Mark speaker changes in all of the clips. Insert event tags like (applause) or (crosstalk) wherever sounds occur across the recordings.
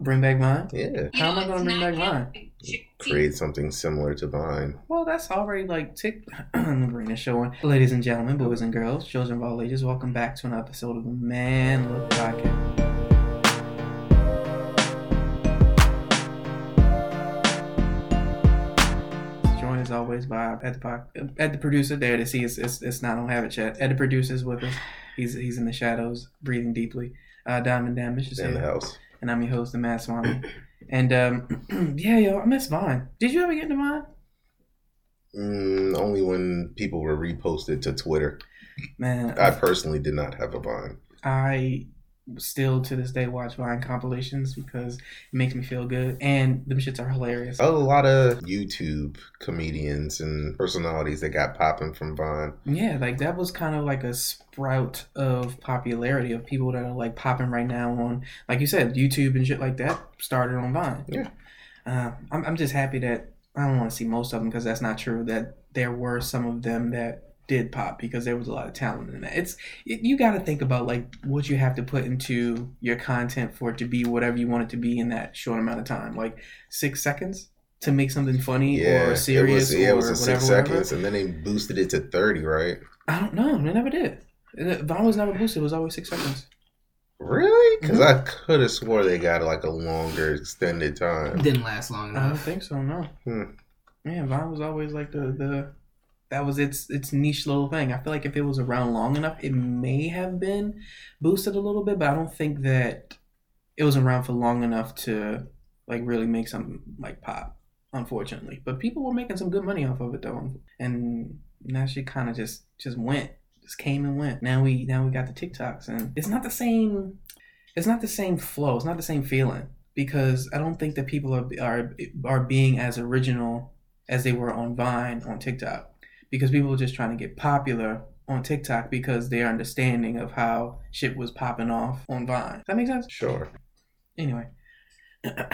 Speaker 1: Bring back mine.
Speaker 2: Yeah.
Speaker 1: How am I gonna bring back mine?
Speaker 2: Create something similar to mine.
Speaker 1: Well, that's already like tick. (clears throat) Marina showing. Ladies and gentlemen, boys and girls, children of all ages, welcome back to an episode of the Man Look Podcast. Joined as always by Ed the, Poc- Ed the producer. There to see it's, it's it's not on have it chat. Ed the producer's with us. He's he's in the shadows, breathing deeply. Uh, Diamond Damage is
Speaker 2: In the
Speaker 1: here,
Speaker 2: house.
Speaker 1: and I'm your host, the Mad Swami. And um, (clears throat) yeah, yo, I miss Vine. Did you ever get into Vine?
Speaker 2: Mm, only when people were reposted to Twitter.
Speaker 1: Man,
Speaker 2: I personally did not have a Vine.
Speaker 1: I still to this day watch Vine compilations because it makes me feel good, and them shits are hilarious.
Speaker 2: A lot of YouTube comedians and personalities that got popping from Vine.
Speaker 1: Yeah, like that was kind of like a sprout of popularity of people that are like popping right now on, like you said, YouTube and shit like that started on Vine.
Speaker 2: Yeah.
Speaker 1: Uh, I'm, I'm just happy that I don't want to see most of them because that's not true. That there were some of them that did pop because there was a lot of talent in that. It's it, you got to think about like what you have to put into your content for it to be whatever you want it to be in that short amount of time, like six seconds to make something funny or serious
Speaker 2: it was, yeah,
Speaker 1: or
Speaker 2: it was a
Speaker 1: whatever.
Speaker 2: six
Speaker 1: whatever.
Speaker 2: seconds, and then they boosted it to thirty, right?
Speaker 1: I don't know. They never did. The Vine was never boosted. It was always six seconds.
Speaker 2: Really? Because I could have swore they got like a longer extended time.
Speaker 3: Didn't last long
Speaker 1: I don't
Speaker 3: enough.
Speaker 1: think so. No.
Speaker 2: Hmm.
Speaker 1: Yeah, Vine was always like the the that was its its niche little thing. I feel like if it was around long enough, it may have been boosted a little bit, but I don't think that it was around for long enough to like really make something like pop. Unfortunately, but people were making some good money off of it though, and now she kind of just just went, just came and went. Now we now we got the TikToks, and it's not the same. It's not the same flow. It's not the same feeling because I don't think that people are are are being as original as they were on Vine on TikTok because people are just trying to get popular on TikTok because their understanding of how shit was popping off on Vine. Does that make sense?
Speaker 2: Sure.
Speaker 1: Anyway, (clears throat)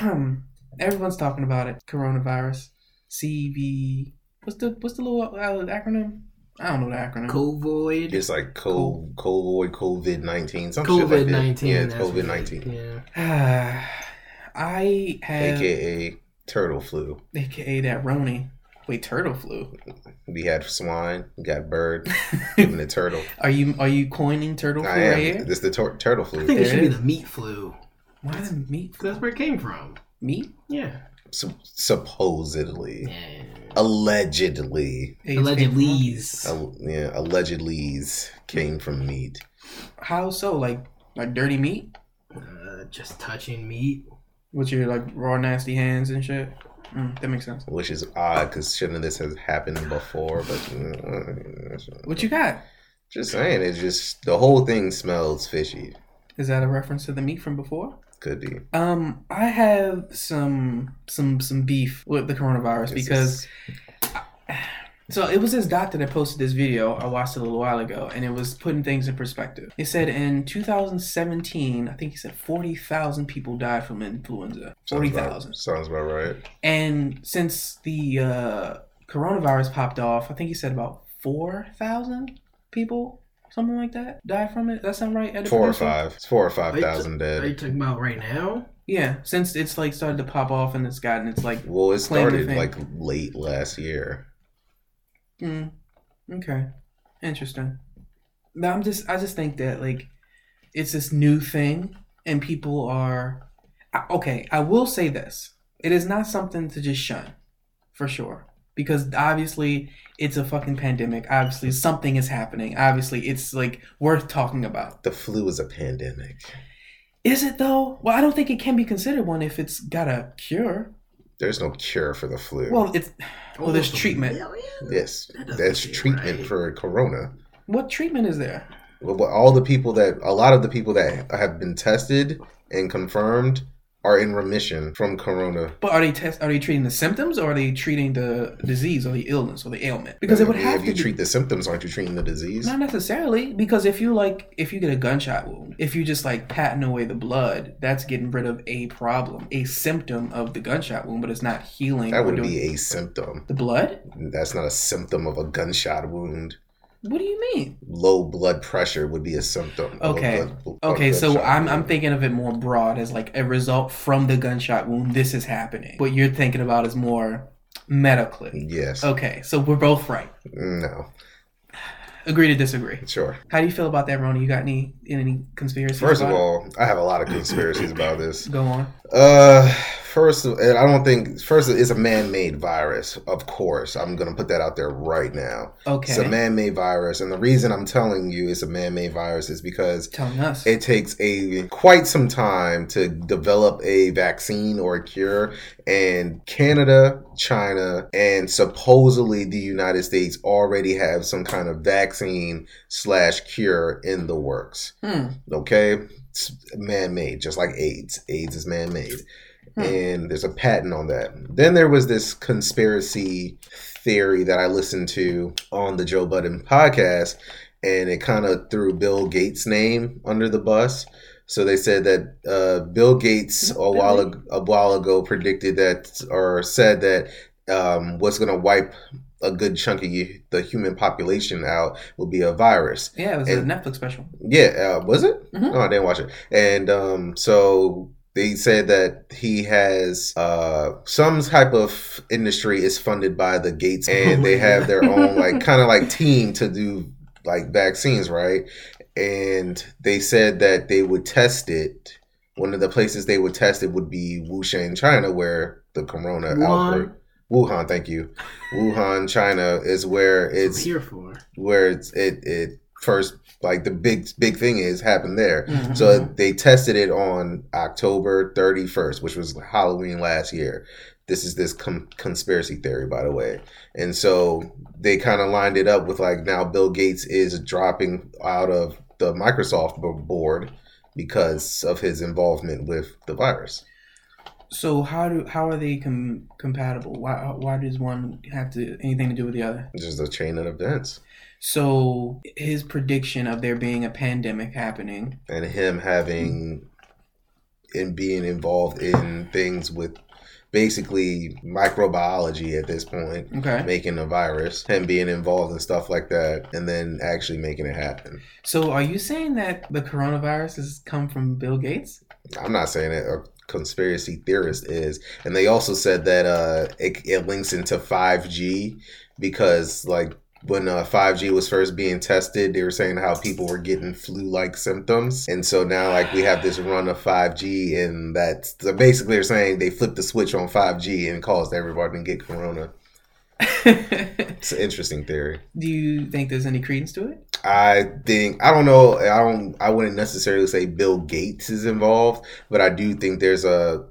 Speaker 1: everyone's talking about it. Coronavirus, CV. What's the what's the little uh, acronym? I don't know the acronym. (sighs)
Speaker 3: COVID.
Speaker 2: It's like co- COVID, COVID nineteen, some shit like
Speaker 3: COVID
Speaker 2: that.
Speaker 3: nineteen.
Speaker 2: Yeah, it's COVID nineteen,
Speaker 3: Yeah.
Speaker 1: I have AKA,
Speaker 2: aka turtle flu.
Speaker 1: that Roni. Wait, turtle flu.
Speaker 2: We had swine, we got
Speaker 1: (laughs)
Speaker 2: bird, even the turtle.
Speaker 1: Are you are you coining turtle flu
Speaker 2: I
Speaker 1: right
Speaker 2: am.
Speaker 1: here?
Speaker 2: It's the tur turtle
Speaker 3: I
Speaker 2: flu.
Speaker 3: think it
Speaker 1: There
Speaker 3: should be
Speaker 1: is.
Speaker 3: the meat flu.
Speaker 1: Why the meat?
Speaker 3: That's where it came from.
Speaker 1: Meat?
Speaker 3: Yeah.
Speaker 2: Sup- supposedly,
Speaker 3: yeah.
Speaker 2: allegedly,
Speaker 1: Hey, it's came from-
Speaker 3: Allegedly.
Speaker 2: al- yeah, allegedly's came from meat.
Speaker 1: How so? Like like dirty meat
Speaker 3: Uh, just touching meat.
Speaker 1: with your like raw nasty hands and shit. Mm, that makes sense.
Speaker 2: Which is odd because shouldn't this has happened before? But mm,
Speaker 1: What you got?
Speaker 2: Just saying, it's just the whole thing smells fishy.
Speaker 1: Is that a reference to the meat from before?
Speaker 2: Could be
Speaker 1: Um, I have some some some beef with the coronavirus
Speaker 2: This
Speaker 1: because
Speaker 2: is-
Speaker 1: So it was this doctor that posted this video. I watched it a little while ago, and it was putting things in perspective. It said in 2017, I think he said 40,000 people died from influenza.
Speaker 2: sounds about-
Speaker 1: 40,000.
Speaker 2: sounds about right.
Speaker 1: And since the uh, coronavirus popped off, I think he said about 4,000 people, something like that, died from it. Does that sound right? Ed, the
Speaker 2: Four or
Speaker 1: producer?
Speaker 2: five. It's four or five
Speaker 3: Wait,
Speaker 2: thousand
Speaker 3: Are you
Speaker 2: dead.
Speaker 3: talking about right now?
Speaker 1: Yeah, since it's like started to pop off and it's gotten, it's like,
Speaker 2: Well, it
Speaker 1: Claim the
Speaker 2: started
Speaker 1: thing.
Speaker 2: like late last year.
Speaker 1: mm, okay, interesting. No, I'm just, I just think that like it's this new thing and people are I- okay i will say this it is not something to just shun for sure because obviously it's a fucking pandemic obviously something is happening obviously it's like worth talking about
Speaker 2: The flu is a pandemic.
Speaker 1: is it though well i don't think it can be considered one if it's got a cure
Speaker 2: There's no cure for the flu.
Speaker 1: well it's Well, there's
Speaker 3: Almost a
Speaker 1: treatment.
Speaker 3: million?
Speaker 2: yes,
Speaker 3: That doesn't
Speaker 2: that's
Speaker 3: seem
Speaker 2: treatment
Speaker 3: right.
Speaker 2: for corona.
Speaker 1: what treatment is there
Speaker 2: Well, but all the people that a lot of the people that have been tested and confirmed are in remission from corona.
Speaker 1: but are they test are they treating the symptoms or are they treating the disease or the illness or the ailment because it would
Speaker 2: If
Speaker 1: have
Speaker 2: you
Speaker 1: to be
Speaker 2: treat the symptoms, aren't you treating the disease?
Speaker 1: Not necessarily, because if you like, if you get a gunshot wound, if you just like patting away the blood, that's getting rid of a problem, a symptom of the gunshot wound, but it's not healing.
Speaker 2: That
Speaker 1: or
Speaker 2: would
Speaker 1: doing-
Speaker 2: be a symptom.
Speaker 1: the blood.
Speaker 2: That's not a symptom of a gunshot wound.
Speaker 1: What do you mean?
Speaker 2: Low blood pressure would be a symptom. of a
Speaker 1: Okay.
Speaker 2: blood- of
Speaker 1: Okay, so
Speaker 2: bloodshot
Speaker 1: I'm I'm
Speaker 2: Oh, wound.
Speaker 1: thinking of it more broad as like a result from the gunshot wound. This is happening. What you're thinking about is more medically.
Speaker 2: Yes.
Speaker 1: Okay, so we're both right.
Speaker 2: No.
Speaker 1: Agree to disagree.
Speaker 2: Sure.
Speaker 1: How do you feel about that, Ronnie? You got any any conspiracy?
Speaker 2: First of all, I have a lot of conspiracies about this.
Speaker 1: go on.
Speaker 2: Uh, first, of- and I don't think first it's a man-made virus. Of course, I'm gonna put that out there right now.
Speaker 1: Okay,
Speaker 2: It's a man-made virus, and the reason I'm telling you it's a man-made virus is because
Speaker 1: telling us.
Speaker 2: it takes a quite some time to develop a vaccine or a cure and canada china and supposedly the united states already have some kind of vaccine slash cure in the works
Speaker 1: Hmm.
Speaker 2: okay it's man-made just like aids aids is man-made
Speaker 1: Hmm.
Speaker 2: and there's a patent on that then there was this conspiracy theory that i listened to on the joe budden podcast and it kind of threw bill gates name under the bus so they said that uh, bill gates a while, ag- a while ago predicted that or said that um, what's going to wipe a good chunk of you, the human population out will be a virus
Speaker 1: Yeah, it was a
Speaker 2: and-
Speaker 1: Netflix special.
Speaker 2: yeah, uh, was it?
Speaker 1: Mhm.
Speaker 2: No, I didn't watch it. And um, so they said that he has uh, some type of industry is funded by the Gates, and they have their own like kind of like team to do like vaccines, right? And they said that they would test it. One of the places they would test it would be Wuhan, China, where the corona
Speaker 3: Wuhan.
Speaker 2: outbreak. Wuhan, thank you. Wuhan, China is where
Speaker 3: That's what
Speaker 2: it's
Speaker 3: I'm here for.
Speaker 2: where it's, it it first like the big big thing is happened there.
Speaker 1: Mhm.
Speaker 2: So they tested it on October 31st, which was Halloween last year. This is this com- conspiracy theory, by the way. And so they kind of lined it up with like now Bill Gates is dropping out of the Microsoft bo- board because of his involvement with the virus.
Speaker 1: So how do how are they com- compatible? Why why does one have to anything to do with the other?
Speaker 2: It's Just a chain of events.
Speaker 1: So his prediction of there being a pandemic happening.
Speaker 2: and him having and being involved in things with basically microbiology at this point
Speaker 1: Okay.
Speaker 2: making a virus him being involved in stuff like that and then actually making it happen
Speaker 1: So are you saying that the coronavirus has come from Bill Gates? (laughs)
Speaker 2: i'm not saying it a conspiracy theorist is and they also said that uh it, it links into 5g because like when uh, 5G was first being tested, they were saying how people were getting flu-like symptoms, and so now like we have this run of 5G, and that's so basically they're saying they flipped the switch on 5G and caused everybody to get corona.
Speaker 1: do
Speaker 2: It's an interesting theory.
Speaker 1: you think there's any credence to it?
Speaker 2: I think I don't know. I don't. I wouldn't necessarily say Bill Gates is involved, but I do think there's a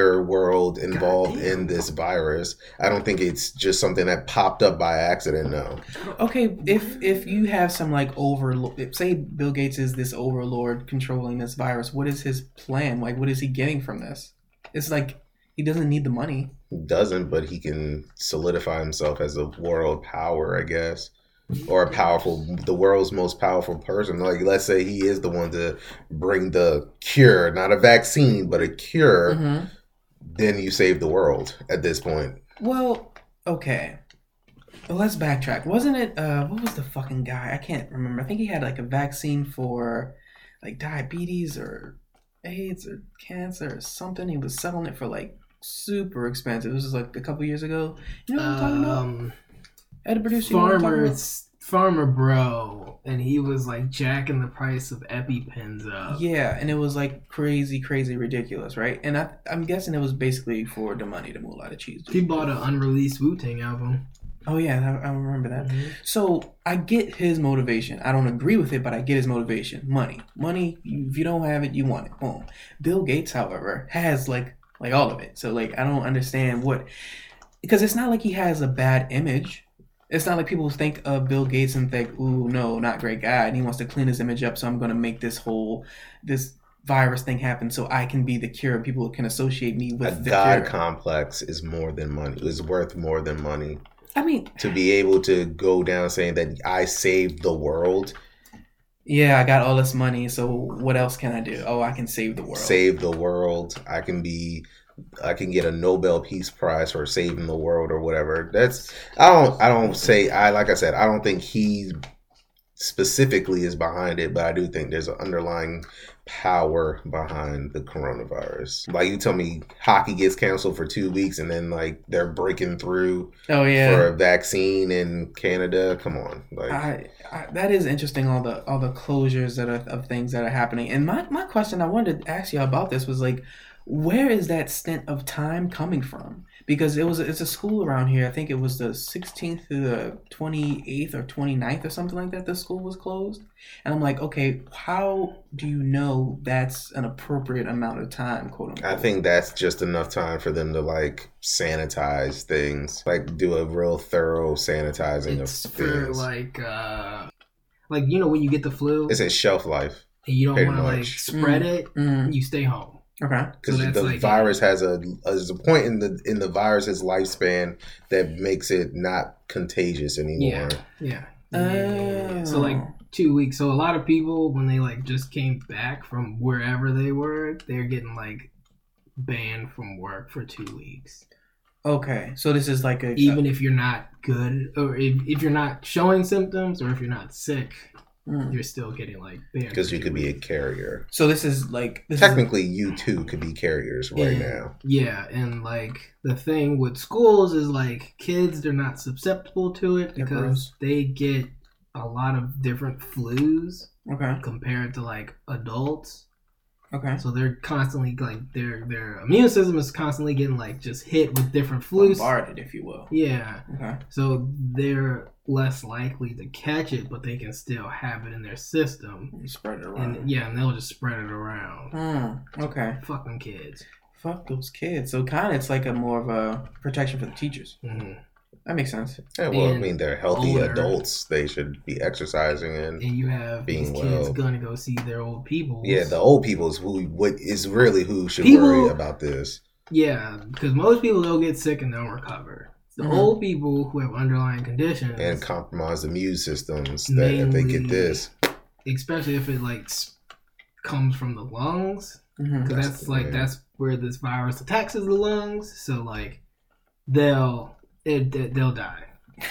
Speaker 2: underworld involved
Speaker 3: Goddamn.
Speaker 2: in this virus. I don't think it's just something that popped up by accident. No.
Speaker 1: Okay, if if you have some like overlord, say Bill Gates is this overlord controlling this virus, what is his plan? Like, what is he getting from this? It's like he doesn't need the money.
Speaker 2: doesn't, but he can solidify himself as a world power, I guess, or a powerful, the world's most powerful person. Like, let's say he is the one to bring the cure, not a vaccine, but a cure.
Speaker 1: Mm-hmm.
Speaker 2: Then you save the world at this point.
Speaker 1: Well, okay. Well, let's backtrack. Wasn't it uh what was the fucking guy? I can't remember. I think he had like a vaccine for like diabetes or AIDS or cancer or something. He was selling it for like super expensive. This was like a couple years ago. You know what I'm talking about?
Speaker 3: Um,
Speaker 1: Ed producer, you know what I'm talking about?
Speaker 3: farmers, farmer bro, and he was like jacking the price of EpiPens up.
Speaker 1: Yeah, and it was like crazy, crazy ridiculous, right? And I, I'm guessing it was basically for the money to move a lot of cheese.
Speaker 3: He bought an unreleased Wu Tang album. Mm-hmm.
Speaker 1: Oh yeah, I, I remember that. So I get his motivation. I don't agree with it, but I get his motivation. Money, money. you- If you don't have it, you want it. Boom. Bill Gates, however, has like like all of it. So like I don't understand what because it's not like he has a bad image. It's not like people think of Bill Gates and think, "Ooh, no, not great guy," and he wants to clean his image up. So I'm going to make this whole this virus thing happen so I can be the cure. People can associate me
Speaker 2: A
Speaker 1: with the
Speaker 2: god
Speaker 1: cure.
Speaker 2: complex is more than money. Is worth more than money.
Speaker 1: I mean,
Speaker 2: To be able to go down saying that I saved the world,
Speaker 1: yeah, I got all this money, so what else can I do? Oh, I can save the world.
Speaker 2: save the world. I can be, I can get a Nobel Peace Prize for saving the world or whatever. That's I don't I don't say I like I said I don't think he specifically is behind it, but I do think there's an underlying power behind the coronavirus. Like you tell me hockey gets canceled for two weeks and then like they're breaking through
Speaker 1: Oh yeah.
Speaker 2: for a vaccine in Canada. Come on. Like
Speaker 1: I, I, that is interesting. All the all the closures that are of things that are happening. And my my question I wanted to ask you about this was like, where is that stint of time coming from? Because it was it's a school around here. I think it was the 16th to the 28th or 29th or something like that. The school was closed, and I'm like, okay, how do you know that's an appropriate amount of time? Quote unquote.
Speaker 2: I think that's just enough time for them to like sanitize things, like do a real thorough sanitizing
Speaker 3: It's
Speaker 2: of
Speaker 3: for
Speaker 2: things.
Speaker 3: like, uh, like you know when you get the flu
Speaker 2: it's a shelf life
Speaker 3: and you don't
Speaker 2: pretty
Speaker 3: want to like
Speaker 2: much.
Speaker 3: spread it,
Speaker 1: Mm,
Speaker 3: you stay home.
Speaker 1: okay.
Speaker 2: because
Speaker 3: So that's
Speaker 2: the
Speaker 3: like-
Speaker 2: virus has a there's a point in the in the virus's lifespan that makes it not contagious anymore.
Speaker 3: Yeah. Yeah, yeah, yeah. So like
Speaker 1: Oh.
Speaker 3: two weeks. So a lot of people when they like just came back from wherever they were, they're getting like banned from work for two weeks.
Speaker 1: Oh. okay. So this is like a
Speaker 3: Even if you're not good or if, if you're not showing symptoms or if you're not sick,
Speaker 1: Mm.
Speaker 3: you're still getting like banned.
Speaker 2: Because
Speaker 3: for
Speaker 2: you
Speaker 3: two
Speaker 2: could be a
Speaker 3: weeks.
Speaker 2: carrier.
Speaker 1: So this is like this is
Speaker 2: Technically, you too could be carriers right
Speaker 3: Yeah.
Speaker 2: now.
Speaker 3: Yeah, and like the thing with schools is like kids they're not susceptible to it
Speaker 1: Yeah,
Speaker 3: because they get a lot of different flus
Speaker 1: okay.
Speaker 3: compared to like adults.
Speaker 1: Okay.
Speaker 3: So they're constantly like their their immune system is constantly getting like just hit with different flus.
Speaker 1: bombarded, if you will.
Speaker 3: Yeah.
Speaker 1: Okay.
Speaker 3: So they're less likely to catch it, but they can still have it in their system.
Speaker 1: You Spread it around.
Speaker 3: And yeah, and they'll just spread it around.
Speaker 1: Mm, okay.
Speaker 3: Fucking kids.
Speaker 1: Fuck those kids. So kind of it's like a more of a protection for the teachers.
Speaker 3: Mhm.
Speaker 1: That makes sense.
Speaker 2: Yeah, well, I
Speaker 3: And
Speaker 2: mean, they're healthy
Speaker 3: older.
Speaker 2: adults. They should be exercising and
Speaker 3: And you have
Speaker 2: Being
Speaker 3: these kids
Speaker 2: well.
Speaker 3: gonna go see their old people.
Speaker 2: yeah, the old people is who what is really who should
Speaker 3: People-
Speaker 2: worry about this.
Speaker 3: yeah, because most people they'll get sick and they'll recover. The
Speaker 1: Mhm.
Speaker 3: old people who have underlying conditions
Speaker 2: and compromise immune systems that if they get
Speaker 3: Mainly-
Speaker 2: this
Speaker 3: especially if it like s- comes from the lungs
Speaker 1: Mm-hmm.
Speaker 3: because
Speaker 2: That's
Speaker 3: that's
Speaker 2: the
Speaker 3: like
Speaker 2: thing.
Speaker 3: that's where this virus attacks is the lungs so like they'll it, they- they'll die
Speaker 1: (sighs)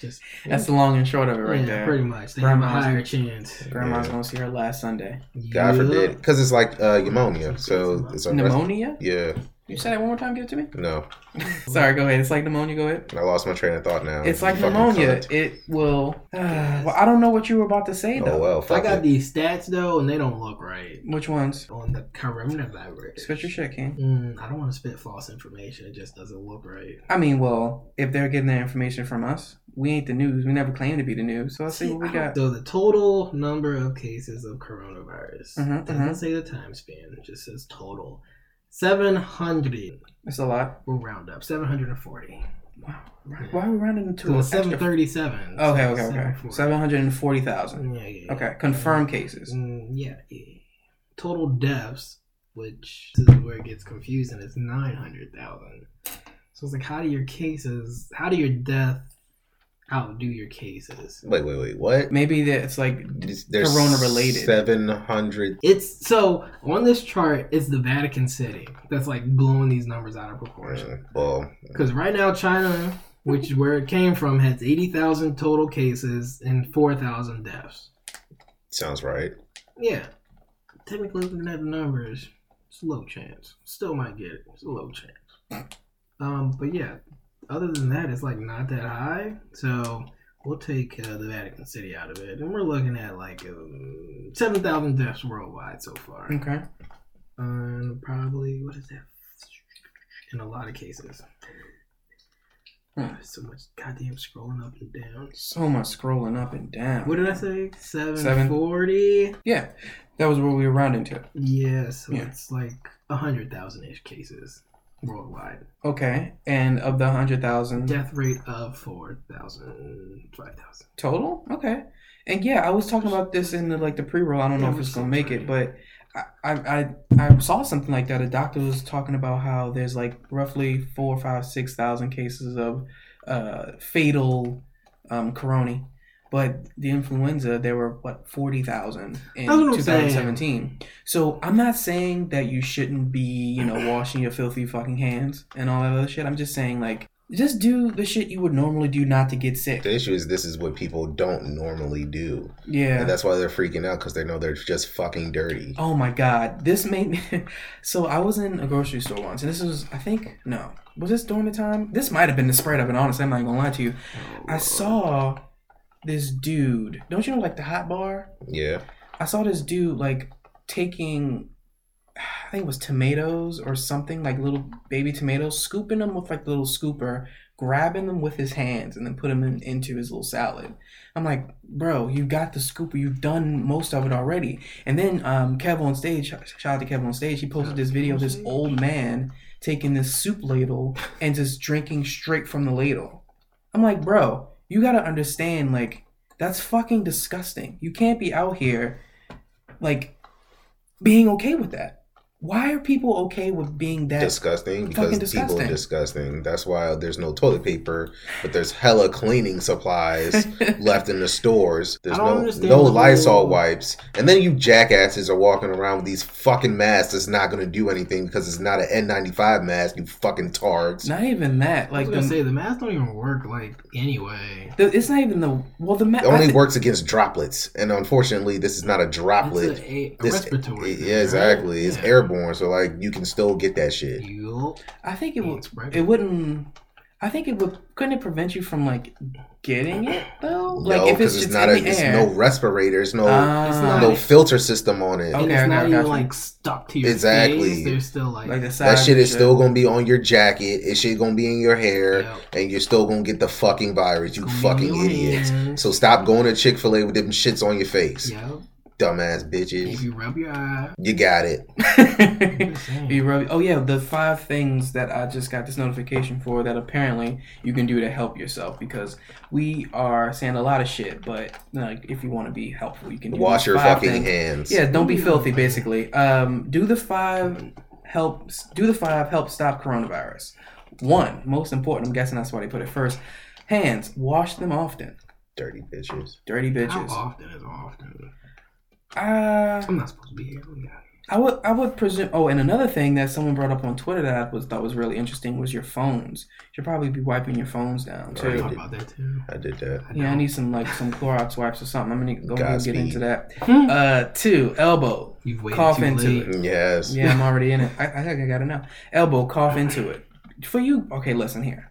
Speaker 3: just
Speaker 1: That's the long and short of it right
Speaker 3: yeah,
Speaker 1: there.
Speaker 3: pretty much they have a
Speaker 1: Grandma's-
Speaker 3: higher chance
Speaker 1: Grandma's
Speaker 2: Yeah.
Speaker 1: gonna see her last Sunday.
Speaker 2: god
Speaker 3: Yeah.
Speaker 2: forbid because it's like uh, pneumonia so it's a rest-
Speaker 1: Pneumonia?
Speaker 2: yeah
Speaker 1: You said it one more time. Give it to me.
Speaker 2: no
Speaker 1: Sorry. Go ahead. It's like pneumonia. Go ahead.
Speaker 2: i lost my train of thought now
Speaker 1: It's like
Speaker 2: Fucking
Speaker 1: pneumonia.
Speaker 2: cunt.
Speaker 1: It will. (sighs) well, I don't know what you were about to say though.
Speaker 2: oh well
Speaker 3: i
Speaker 2: fuck
Speaker 3: got
Speaker 2: it.
Speaker 3: these stats though and they don't look right
Speaker 1: Which ones?
Speaker 3: on the coronavirus
Speaker 1: Spit your shit, King.
Speaker 3: Mm, i don't want to spit false information it just doesn't look right
Speaker 1: I mean, well, if they're getting their information from us, we ain't the news. We never claim to be the news. So let's see what we
Speaker 3: I don't-
Speaker 1: got.
Speaker 3: So the total number of cases of coronavirus
Speaker 1: Mhm,
Speaker 3: doesn't
Speaker 1: mhm.
Speaker 3: say the time span; it just says total. Seven hundred.
Speaker 1: It's a lot.
Speaker 3: We'll round up. Seven hundred and forty.
Speaker 1: Wow. Why are we rounding to
Speaker 3: So
Speaker 1: an
Speaker 3: it's seven
Speaker 1: extra
Speaker 3: thirty-seven.
Speaker 1: Okay, okay, okay. Seven hundred and forty thousand.
Speaker 3: Yeah, yeah.
Speaker 1: Okay, confirmed cases.
Speaker 3: Mm, yeah, yeah. Total deaths, which this is where it gets confusing, is nine hundred thousand. So it's like, how do your cases? How do your death outdo your cases?
Speaker 2: wait wait wait what
Speaker 1: Maybe that it's like
Speaker 2: This- there's
Speaker 1: Corona-related.
Speaker 2: 700
Speaker 3: It's so on this chart, it's the Vatican City that's like blowing these numbers out of proportion.
Speaker 2: Mm, well
Speaker 3: Because right now, China, which is where it came from, has 80,000 total cases and 4,000 deaths.
Speaker 2: sounds right
Speaker 3: Yeah. Technically, looking at the numbers, it's a low chance. Still might get it. It's a low chance. Um, but yeah, other than that, it's like not that high. So we'll take uh, the Vatican City out of it. And we're looking at like um, 7,000 deaths worldwide so far.
Speaker 1: okay.
Speaker 3: Um, probably what is that? In a lot of cases.
Speaker 1: Hmm.
Speaker 3: So much goddamn scrolling up and down.
Speaker 1: So much scrolling up and down.
Speaker 3: What did I say? Seven forty.
Speaker 1: Yeah, that was where we were rounding to.
Speaker 3: Yeah, so
Speaker 1: Yeah.
Speaker 3: it's like a hundred thousand ish cases worldwide.
Speaker 1: Mm-hmm. Okay, and of the hundred thousand
Speaker 3: Death rate of 4,000, 5,000.
Speaker 1: total. Okay, and yeah, I was talking about this in the, like the pre-roll. I don't know
Speaker 3: Yeah,
Speaker 1: if
Speaker 3: we
Speaker 1: it's
Speaker 3: should
Speaker 1: gonna make
Speaker 3: try.
Speaker 1: it, but I I I I saw something like that. A doctor was talking about how there's like roughly four, five, six thousand cases of uh, fatal um, corona. But the influenza, there were what forty thousand in
Speaker 3: That's what I'm
Speaker 1: two
Speaker 3: saying.
Speaker 1: thousand seventeen. So I'm not saying that you shouldn't be, you know, washing your filthy fucking hands and all that other shit. I'm just saying like Just do the shit you would normally do not to get sick.
Speaker 2: The issue is this is what people don't normally do, and
Speaker 1: Yeah.
Speaker 2: that's why they're freaking out because they know they're just fucking dirty.
Speaker 1: Oh my god, this made me. (laughs) so I was in a grocery store once, and this was, I think, no, was this during the time? This might have been the spread of it. Honestly, I'm not gonna lie to you. I saw this dude. Don't you know, like the hot bar?
Speaker 2: Yeah,
Speaker 1: I saw this dude like taking, I think it was tomatoes or something, like little baby tomatoes, scooping them with like a little scooper, grabbing them with his hands, and then put them in, into his little salad. I'm like, bro, you got the scooper, you've done most of it already. And then um, Kev on stage, shout out to Kev on stage, he posted this video of this old man taking this soup ladle and just drinking straight from the ladle. I'm like, bro, you gotta understand, like, that's fucking disgusting. You can't be out here, like, being okay with that. Why are people okay with being that?
Speaker 2: disgusting because
Speaker 1: Fucking
Speaker 2: people
Speaker 1: disgusting.
Speaker 2: are disgusting. That's why there's no toilet paper, but there's hella
Speaker 1: (laughs)
Speaker 2: cleaning supplies left in the stores. There's
Speaker 3: I don't
Speaker 2: no
Speaker 3: understand
Speaker 2: no
Speaker 3: the
Speaker 2: Lysol
Speaker 3: whole-
Speaker 2: wipes, and then you jackasses are walking around with these fucking masks that's not gonna do anything because it's not an N95 mask. You fucking tards.
Speaker 1: Not even that.
Speaker 3: I was
Speaker 1: Like,
Speaker 3: gonna
Speaker 1: the,
Speaker 3: say the masks don't even work like anyway.
Speaker 1: the, it's not even the well. The ma-
Speaker 2: It only
Speaker 1: I thi-
Speaker 2: works against droplets, and unfortunately, this is not a droplet.
Speaker 3: It's a, a
Speaker 2: This-
Speaker 3: respiratory. thing,
Speaker 2: yeah, exactly.
Speaker 3: right?
Speaker 2: It's
Speaker 3: Yeah.
Speaker 2: airborne, so like you can still get that shit.
Speaker 3: Yup.
Speaker 1: I think it
Speaker 3: Yeah,
Speaker 1: would.
Speaker 3: it's right.
Speaker 1: It wouldn't. I think it would. Couldn't it prevent you from like getting it though? Like
Speaker 2: no,
Speaker 1: if it's
Speaker 2: because
Speaker 1: just
Speaker 2: it's, not a,
Speaker 1: in the
Speaker 2: it's
Speaker 1: air.
Speaker 2: no respirator. It's no
Speaker 1: Ah,
Speaker 3: not
Speaker 2: no
Speaker 3: like-
Speaker 2: filter system on it.
Speaker 1: Okay,
Speaker 3: and it's
Speaker 1: okay, I
Speaker 3: not
Speaker 1: got
Speaker 3: even
Speaker 1: you.
Speaker 3: like stuck to your
Speaker 2: Exactly.
Speaker 3: face. They're still like,
Speaker 1: like the side
Speaker 2: That shit
Speaker 1: and
Speaker 2: is still gonna be on your jacket. It shit gonna be in your hair,
Speaker 3: yup.
Speaker 2: and you're still gonna get the fucking virus. You
Speaker 3: Gonna be
Speaker 2: fucking
Speaker 3: on your
Speaker 2: idiots.
Speaker 3: hands.
Speaker 1: (laughs)
Speaker 2: So stop going to Chick Fil A with them shits on your face,
Speaker 3: Yup.
Speaker 2: dumbass
Speaker 3: And
Speaker 2: bitches.
Speaker 3: If you rub your eye,
Speaker 2: You got it.
Speaker 1: (laughs)
Speaker 3: I'm just saying.
Speaker 1: Be rub- oh yeah, the five things that I just got this notification for that apparently you can do to help yourself because we are saying a lot of shit, but like if you want to be helpful, you can do
Speaker 2: Wash
Speaker 1: these
Speaker 2: your
Speaker 1: five
Speaker 2: fucking
Speaker 1: things.
Speaker 2: hands.
Speaker 1: Yeah, don't be
Speaker 3: Ooh.
Speaker 1: filthy. Basically, um, do the five help. Do the five help stop coronavirus. One, most important. I'm guessing that's why they put it first. Hands, wash them often.
Speaker 2: Dirty bitches.
Speaker 1: Dirty
Speaker 3: how
Speaker 1: bitches.
Speaker 3: often is often?
Speaker 1: Uh,
Speaker 3: I'm not supposed to be here. Let me out.
Speaker 1: I would I would presume. Oh, and another thing that someone brought up on Twitter that I was thought was really interesting was your phones. You should probably be wiping your phones down
Speaker 2: Already
Speaker 3: I
Speaker 1: too.
Speaker 2: did.
Speaker 3: thought about that too.
Speaker 2: I did that.
Speaker 1: Yeah, I need some like some Clorox wipes or something. I'm gonna go ahead and get
Speaker 2: Godspeed.
Speaker 1: into that.
Speaker 3: Hmm.
Speaker 1: Uh, two elbow.
Speaker 3: You've waited
Speaker 1: cough
Speaker 3: too
Speaker 1: into
Speaker 3: late.
Speaker 1: it.
Speaker 2: Yes.
Speaker 1: Yeah, I'm already in it. I, I think I gotta know. Elbow cough into it. For you, okay. Listen here.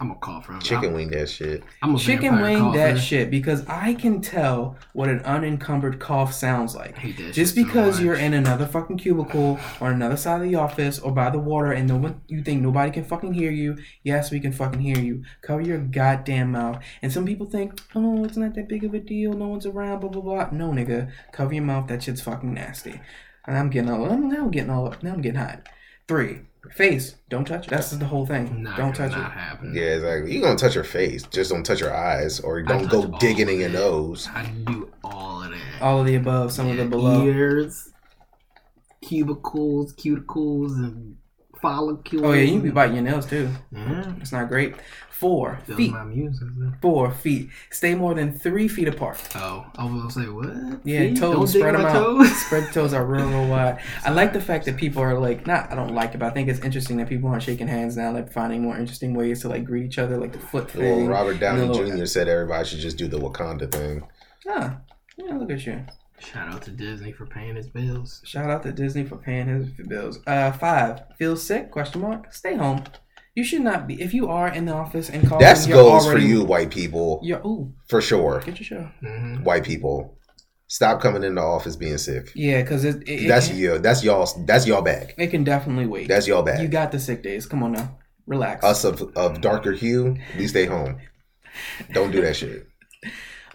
Speaker 3: I'm gonna call from
Speaker 2: Chicken wing that shit.
Speaker 3: I'm a
Speaker 1: Chicken
Speaker 3: vampire
Speaker 1: wing that
Speaker 3: cougher.
Speaker 1: shit because I can tell what an unencumbered cough sounds like.
Speaker 3: I hate that
Speaker 1: Just
Speaker 3: shit so
Speaker 1: because
Speaker 3: much.
Speaker 1: you're in another fucking cubicle or another side of the office or by the water and no one you think nobody can fucking hear you, yes we can fucking hear you. Cover your goddamn mouth. And some people think, oh, it's not that big of a deal, no one's around, blah blah blah. No nigga, cover your mouth, that shit's fucking nasty. And I'm getting all I'm now I'm getting all up now I'm getting hot. Three, face, don't touch it. That's the whole thing.
Speaker 3: Not
Speaker 1: don't
Speaker 3: gonna
Speaker 1: touch
Speaker 3: not
Speaker 1: it.
Speaker 3: happen.
Speaker 2: Yeah, exactly. You gonna touch your face, just don't touch your eyes, or don't
Speaker 3: touch
Speaker 2: go
Speaker 3: all
Speaker 2: digging
Speaker 3: of
Speaker 2: in your
Speaker 3: it.
Speaker 2: nose.
Speaker 3: I do all of that.
Speaker 1: All of the above, some of the
Speaker 3: Yeah,
Speaker 1: below.
Speaker 3: Ears, cubicles, cuticles, and follicles.
Speaker 1: Oh yeah, you can be biting your nails too.
Speaker 3: Yeah,
Speaker 1: It's not great. Four
Speaker 3: feels
Speaker 1: feet.
Speaker 3: my music.
Speaker 1: Four feet. Stay more than three feet apart.
Speaker 3: Oh, I was gonna say what?
Speaker 1: Yeah,
Speaker 3: Feet?
Speaker 1: toes,
Speaker 3: Don't dig
Speaker 1: spread
Speaker 3: my
Speaker 1: 'em out.
Speaker 3: toes. (laughs)
Speaker 1: Spread toes are real, real wide. I like the fact that people are like, not. I don't like it, but I think it's interesting that people aren't shaking hands now. Like finding more interesting ways to like greet each other, like the foot
Speaker 2: Well,
Speaker 1: thing.
Speaker 2: Robert Downey
Speaker 1: No.
Speaker 2: Jr. said everybody should just do the Wakanda thing.
Speaker 1: Huh. Yeah, look at you.
Speaker 3: Shout out to Disney for paying his bills.
Speaker 1: Shout out to Disney for paying his bills. Uh, five. Feel sick? Question mark. Stay home. You should not be. If you are in the office and
Speaker 3: Oh,
Speaker 1: calling,
Speaker 2: That's
Speaker 1: you're
Speaker 2: goals
Speaker 1: already,
Speaker 2: for you, white people,
Speaker 1: You're ooh,
Speaker 2: for sure.
Speaker 1: get your show.
Speaker 3: Mhm.
Speaker 2: White people, stop coming into the office being sick.
Speaker 1: Yeah, because it, it, it
Speaker 2: That's
Speaker 1: can,
Speaker 2: you. That's y'all. That's y'all bag.
Speaker 1: it can definitely wait.
Speaker 2: That's y'all
Speaker 1: You
Speaker 2: bag.
Speaker 1: got the sick days. Come on now. Relax.
Speaker 2: Us of of darker hue, we stay home. Don't do that shit.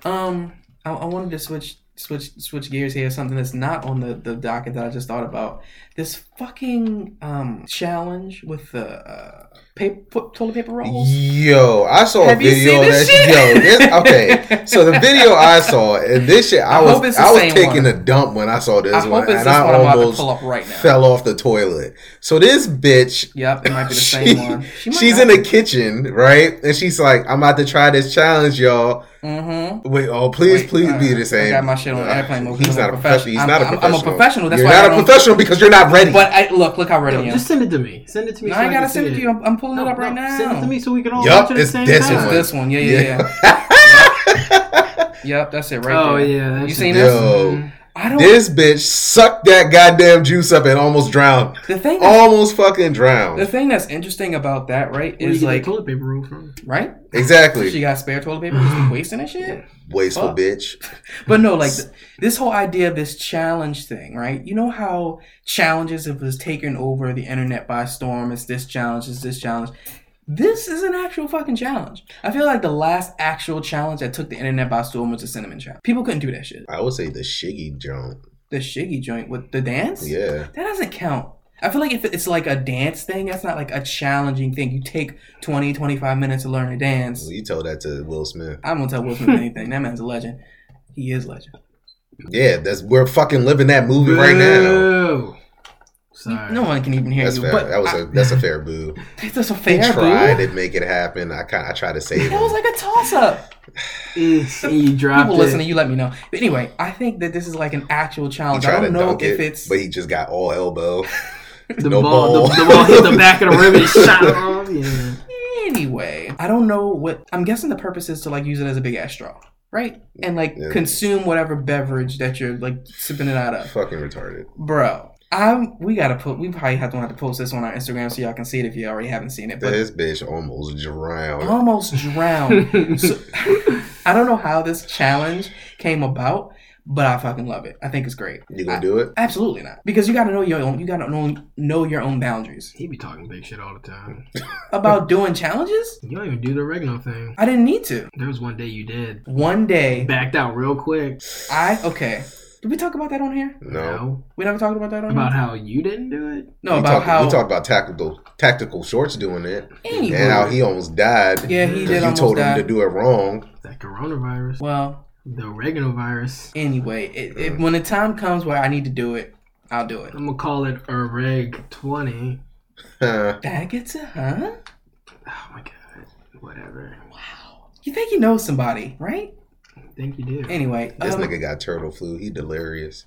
Speaker 1: Um, I, I wanted to switch switch switch gears here. Something that's not on the the docket that I just thought about. This fucking um challenge with the uh, paper toilet paper rolls.
Speaker 2: Yo, I saw
Speaker 1: Have
Speaker 2: a
Speaker 1: you
Speaker 2: video
Speaker 1: seen
Speaker 2: of that.
Speaker 1: this shit?
Speaker 2: Yo, this,
Speaker 1: (laughs)
Speaker 2: okay. So the video I saw and this shit, I,
Speaker 1: I hope
Speaker 2: was
Speaker 1: it's the
Speaker 2: I was
Speaker 1: same
Speaker 2: taking
Speaker 1: one.
Speaker 2: a dump when I saw this
Speaker 1: I
Speaker 2: one,
Speaker 1: hope it's this
Speaker 2: and I
Speaker 1: one I'm about to
Speaker 2: almost
Speaker 1: pull up right now.
Speaker 2: fell off the toilet. So this bitch
Speaker 1: Yep, it might
Speaker 2: (laughs)
Speaker 1: be the same
Speaker 2: She-
Speaker 1: one. She might
Speaker 2: she's
Speaker 1: not
Speaker 2: in the
Speaker 1: be.
Speaker 2: kitchen, right? And she's like, I'm about to try this challenge, y'all.
Speaker 1: Mm-hmm.
Speaker 2: Wait, oh, please,
Speaker 1: Wait,
Speaker 2: please
Speaker 1: uh,
Speaker 2: be
Speaker 1: I
Speaker 2: the same.
Speaker 1: got my shit on airplane mode 'cause
Speaker 2: He's
Speaker 1: I'm
Speaker 2: not
Speaker 1: a
Speaker 2: a professional. He's
Speaker 1: professional.
Speaker 2: not a
Speaker 1: I'm- I'm- I'm
Speaker 2: professional.
Speaker 1: a professional, that's
Speaker 2: you're
Speaker 1: why I
Speaker 2: not a
Speaker 1: don't-
Speaker 2: professional because you're not ready. (laughs)
Speaker 1: But I look, look how ready I
Speaker 3: Yo,
Speaker 1: am.
Speaker 3: just send it to me. Send it to me.
Speaker 1: no,
Speaker 3: so
Speaker 1: I ain't
Speaker 3: can
Speaker 1: gotta
Speaker 3: see
Speaker 1: send it to you. I'm, I'm pulling
Speaker 3: No,
Speaker 1: it up right
Speaker 3: no,
Speaker 1: now.
Speaker 3: Send it to me so we can all
Speaker 2: Yup,
Speaker 3: watch it at the
Speaker 2: it's
Speaker 3: same
Speaker 2: this
Speaker 1: It's
Speaker 3: time.
Speaker 2: one.
Speaker 1: this one. Yeah, yeah, yeah. yep, that's it right
Speaker 3: oh
Speaker 1: there.
Speaker 3: yeah, that
Speaker 1: You
Speaker 3: shit-
Speaker 1: seen
Speaker 2: this? Yo.
Speaker 1: I don't.
Speaker 2: this bitch sucked that goddamn juice up and almost drowned.
Speaker 1: the thing. That's,
Speaker 2: Almost fucking
Speaker 1: the
Speaker 2: drowned.
Speaker 1: (laughs) thing that's interesting about that, right,
Speaker 3: Where you
Speaker 1: is
Speaker 3: get
Speaker 1: like,
Speaker 3: the toilet paper roll from?
Speaker 1: right? She
Speaker 2: Exactly.
Speaker 1: got spare toilet paper,
Speaker 3: (gasps)
Speaker 1: just wasting and shit.
Speaker 2: Wasteful
Speaker 1: Fuck.
Speaker 2: bitch.
Speaker 1: But no, like th- this whole idea of this challenge thing, right? You know how challenges have was taken over the internet by storm. It's this challenge, it's this challenge. This is an actual fucking challenge. I feel like the last actual challenge that took the internet by storm was the cinnamon challenge. People couldn't do that shit.
Speaker 2: I would say the shiggy junk.
Speaker 1: The shiggy joint with the dance,
Speaker 2: Yeah.
Speaker 1: that doesn't count. I feel like if it's like a dance thing, that's not like a challenging thing. You take 20, 25 minutes to learn to dance.
Speaker 2: You told that to Will Smith.
Speaker 1: I'm gonna tell Will Smith anything. That man's a legend. He is legend.
Speaker 2: Yeah, that's we're fucking living that movie right now.
Speaker 3: Boo. Sorry.
Speaker 1: No
Speaker 3: (laughs)
Speaker 1: one can even hear
Speaker 2: That's
Speaker 1: you.
Speaker 2: fair.
Speaker 1: But
Speaker 2: that was
Speaker 1: I-
Speaker 2: a that's a fair boo.
Speaker 1: That's just a
Speaker 2: He
Speaker 1: fair
Speaker 2: tried
Speaker 1: boo.
Speaker 2: to make it happen. I kind I tried to save
Speaker 1: That was
Speaker 2: him.
Speaker 1: like a toss up.
Speaker 3: Eesh, and you dropped
Speaker 1: People
Speaker 3: it.
Speaker 1: listening, you let me know. But anyway, I think that this is like an actual
Speaker 2: He
Speaker 1: challenge. I
Speaker 2: tried to
Speaker 1: don't know
Speaker 2: dunk
Speaker 1: if
Speaker 2: it,
Speaker 1: it's.
Speaker 2: but he just got all elbow.
Speaker 3: The
Speaker 2: No
Speaker 3: ball,
Speaker 2: ball.
Speaker 3: The, the ball hit the back of the rim
Speaker 2: (laughs)
Speaker 3: and shot off. Yeah.
Speaker 1: Anyway, I don't know what. I'm guessing the purpose is to like use it as a big ass straw, right? And like
Speaker 2: Yeah.
Speaker 1: consume whatever beverage that you're like sipping it out of,
Speaker 2: fucking retarded.
Speaker 1: bro. I'm, we gotta put. We probably have to have to post this on our Instagram so y'all can see it if you already haven't seen it. But Oh
Speaker 2: This bitch almost drowned.
Speaker 1: almost drowned. (laughs)
Speaker 2: (laughs)
Speaker 1: So- I don't know how this challenge came about, but I fucking love it. I think it's great.
Speaker 2: you gonna do it?
Speaker 1: Absolutely not, because you got to know your own. You got to know know your own boundaries
Speaker 3: he be talking big shit all the time.
Speaker 1: about doing challenges.
Speaker 3: You don't even do the regular thing.
Speaker 1: I didn't need to.
Speaker 3: There was one day you did.
Speaker 1: One day,
Speaker 3: Backed out real quick.
Speaker 1: I okay. Did we talk about that on here?
Speaker 2: No.
Speaker 1: We never talked about that on
Speaker 3: About
Speaker 1: here.
Speaker 3: how you didn't do it?
Speaker 1: No,
Speaker 2: we
Speaker 1: about
Speaker 2: talked,
Speaker 1: how.
Speaker 2: we talked about tactical tactical shorts doing it.
Speaker 1: anyway,
Speaker 2: And how he almost died.
Speaker 1: yeah, he
Speaker 3: because
Speaker 1: did
Speaker 2: you
Speaker 1: almost
Speaker 2: told
Speaker 1: die.
Speaker 2: him to do it wrong. (laughs)
Speaker 3: That coronavirus.
Speaker 1: well,
Speaker 3: The oregano virus.
Speaker 1: anyway, it, it, when the time comes where I need to do it, I'll do it.
Speaker 3: I'm gonna call it a reg 20.
Speaker 2: Huh.
Speaker 1: That gets it, huh?
Speaker 3: Oh my god. Whatever.
Speaker 1: Wow. You think you know somebody, right?
Speaker 3: I think you did.
Speaker 1: Anyway,
Speaker 2: this
Speaker 1: um,
Speaker 2: nigga got turtle flu. He delirious.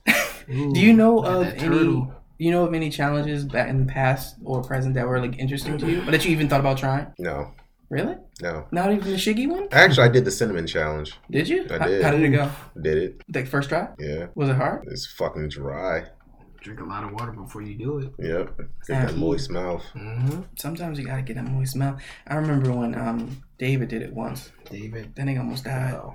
Speaker 3: Ooh,
Speaker 1: Do you know
Speaker 3: look at
Speaker 1: of
Speaker 3: that
Speaker 1: any-
Speaker 3: turtle.
Speaker 1: you know of any challenges back in the past or present that were like interesting to you, or that you even thought about trying?
Speaker 2: No,
Speaker 1: Really?
Speaker 2: no.
Speaker 1: Not even the Shiggy one?
Speaker 2: Actually, I did the cinnamon challenge.
Speaker 1: Did you?
Speaker 2: I
Speaker 1: How-
Speaker 2: did.
Speaker 1: How, did it go?
Speaker 2: Did it?
Speaker 1: Like first try?
Speaker 2: Yeah.
Speaker 1: Was it hard?
Speaker 2: It's fucking dry.
Speaker 3: Drink a lot of water before you do it.
Speaker 2: Yep. Get
Speaker 1: Thank
Speaker 2: that
Speaker 1: you.
Speaker 2: moist mouth.
Speaker 3: Mm-hmm.
Speaker 1: Sometimes you gotta get that moist mouth. I remember when um David did it once.
Speaker 3: David.
Speaker 1: That nigga almost died.
Speaker 3: Oh.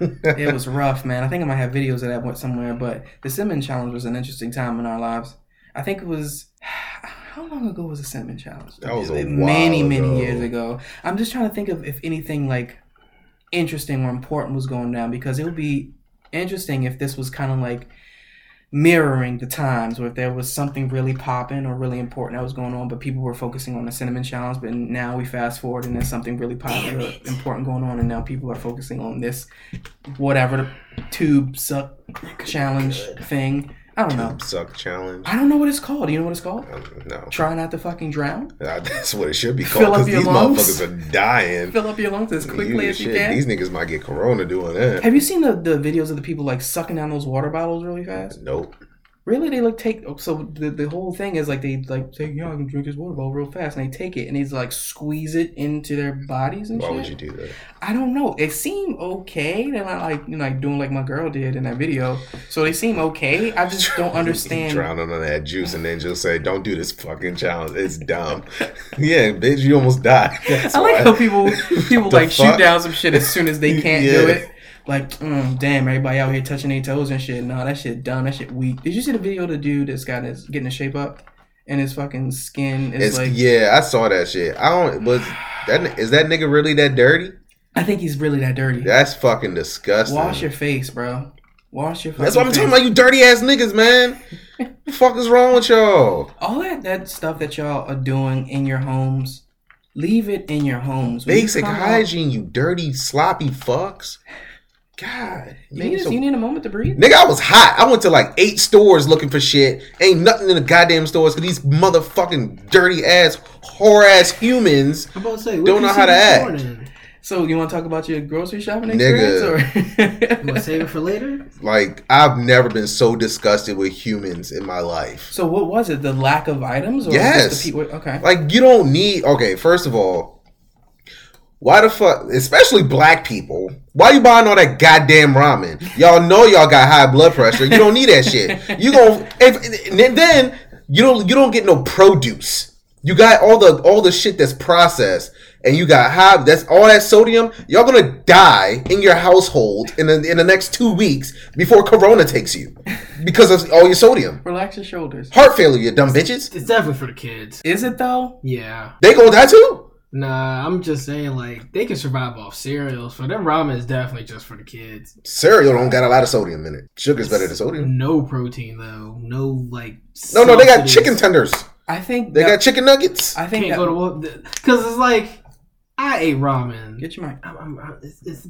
Speaker 1: It was rough, man. I think I might have videos of that went somewhere, but the cinnamon challenge was an interesting time in our lives. I think it was (sighs) how long ago was the cinnamon challenge?
Speaker 2: That was a
Speaker 1: It-
Speaker 2: while
Speaker 1: many, many
Speaker 2: ago.
Speaker 1: years ago. I'm just trying to think of if anything like interesting or important was going down because it would be interesting if this was kind of like mirroring the times or if there was something really popping or really important that was going on but people were focusing on the cinnamon challenge but now we fast forward and there's something really popular important going on and now people are focusing on this whatever the tube suck challenge thing i don't know
Speaker 2: Tube (laughs) Suck challenge.
Speaker 1: i don't know what it's called do you know what it's called
Speaker 2: Um, no.
Speaker 1: try not to fucking drown
Speaker 2: Uh, That's what it should be
Speaker 1: Fill
Speaker 2: called
Speaker 1: up
Speaker 2: because
Speaker 1: your
Speaker 2: these
Speaker 1: lungs.
Speaker 2: motherfuckers are dying.
Speaker 1: fill up your lungs as quickly
Speaker 2: You-
Speaker 1: as you
Speaker 2: shit,
Speaker 1: can
Speaker 2: These niggas might get corona doing that.
Speaker 1: have you seen the, the videos of the people like sucking down those water bottles really fast
Speaker 2: Nope.
Speaker 1: Really, they like take oh, so the, the whole thing is like they like take you know, I can drink this water bottle real fast and they take it and they like squeeze it into their bodies and
Speaker 2: Why
Speaker 1: shit.
Speaker 2: would you do that?
Speaker 1: I don't know. It seemed okay. They're not like you know like doing like my girl did in that video. So they seem okay. I
Speaker 2: (laughs)
Speaker 1: just don't understand.
Speaker 2: Drowning on that juice and then just say, "Don't do this fucking challenge. It's dumb." (laughs) yeah, bitch, you almost died. (laughs) That's
Speaker 1: I like
Speaker 2: why.
Speaker 1: how (laughs) people people
Speaker 2: The
Speaker 1: like shoot
Speaker 2: fuck?
Speaker 1: down some shit as soon as they
Speaker 2: (laughs)
Speaker 1: can't do
Speaker 2: Yeah.
Speaker 1: it. Like, mm, damn, everybody out here touching their toes and shit. No, that shit dumb. That shit weak. Did you see the video of the dude that's got his getting his shape up and his fucking skin is
Speaker 2: It's,
Speaker 1: like
Speaker 2: yeah, I saw that shit. I don't. Was that ni- is that nigga really that dirty?
Speaker 1: I think he's really that dirty.
Speaker 2: That's fucking disgusting.
Speaker 1: Wash your face, bro. Wash your.
Speaker 2: That's what
Speaker 1: fucking
Speaker 2: I'm talking
Speaker 1: face.
Speaker 2: about. You dirty ass niggas, man.
Speaker 1: (laughs)
Speaker 2: the fuck is wrong with y'all?
Speaker 1: All that that stuff that y'all are doing in your homes, leave it in your homes. When you
Speaker 2: Basic
Speaker 1: come out-
Speaker 2: hygiene, you dirty sloppy fucks. God, you
Speaker 1: You need,
Speaker 2: need
Speaker 1: a-
Speaker 2: to-
Speaker 1: you need a moment to breathe.
Speaker 2: Nigga, I was hot. I went to like eight stores looking for shit. Ain't nothing in the goddamn stores for these motherfucking dirty ass, whore ass humans.
Speaker 3: I'm about to say,
Speaker 2: Don't know how to act.
Speaker 1: So you want to talk about your grocery shopping
Speaker 2: Nigga.
Speaker 1: experience,
Speaker 2: (laughs)
Speaker 3: What,
Speaker 1: or
Speaker 3: save it for later?
Speaker 2: Like I've never been so disgusted with humans in my life.
Speaker 1: so what was it? The lack of items, or
Speaker 2: Yes.
Speaker 1: just the people? Okay,
Speaker 2: Like you don't need okay, first of all, why the fuck especially black people, why you buying all that goddamn ramen? Y'all know y'all got high blood pressure. You don't need that shit. You gon' if and then you don't you don't get no produce. You got all the all the shit that's processed and you got high that's all that sodium, y'all gonna die in your household in the in the next two weeks before corona takes you. Because of all your sodium.
Speaker 1: relax your shoulders.
Speaker 2: Heart failure, you dumb bitches.
Speaker 3: It's definitely for the kids.
Speaker 1: Is it though?
Speaker 3: Yeah.
Speaker 2: They gonna die too.
Speaker 3: Nah, I'm just saying, like, they can survive off cereals. For them, ramen is definitely just for the kids.
Speaker 2: Cereal don't got a lot of sodium in it. Sugar's better than sodium.
Speaker 3: No protein, though. No, like.
Speaker 2: No, no, they got
Speaker 3: subsidies.
Speaker 2: chicken tenders.
Speaker 1: I think
Speaker 2: They
Speaker 1: that-
Speaker 2: got chicken nuggets.
Speaker 1: I think
Speaker 3: Can't
Speaker 1: that,
Speaker 3: go to what? Because it's like, I ate ramen.
Speaker 1: get your mic. (laughs)
Speaker 3: I'm, I'm, I'm, it's, it's,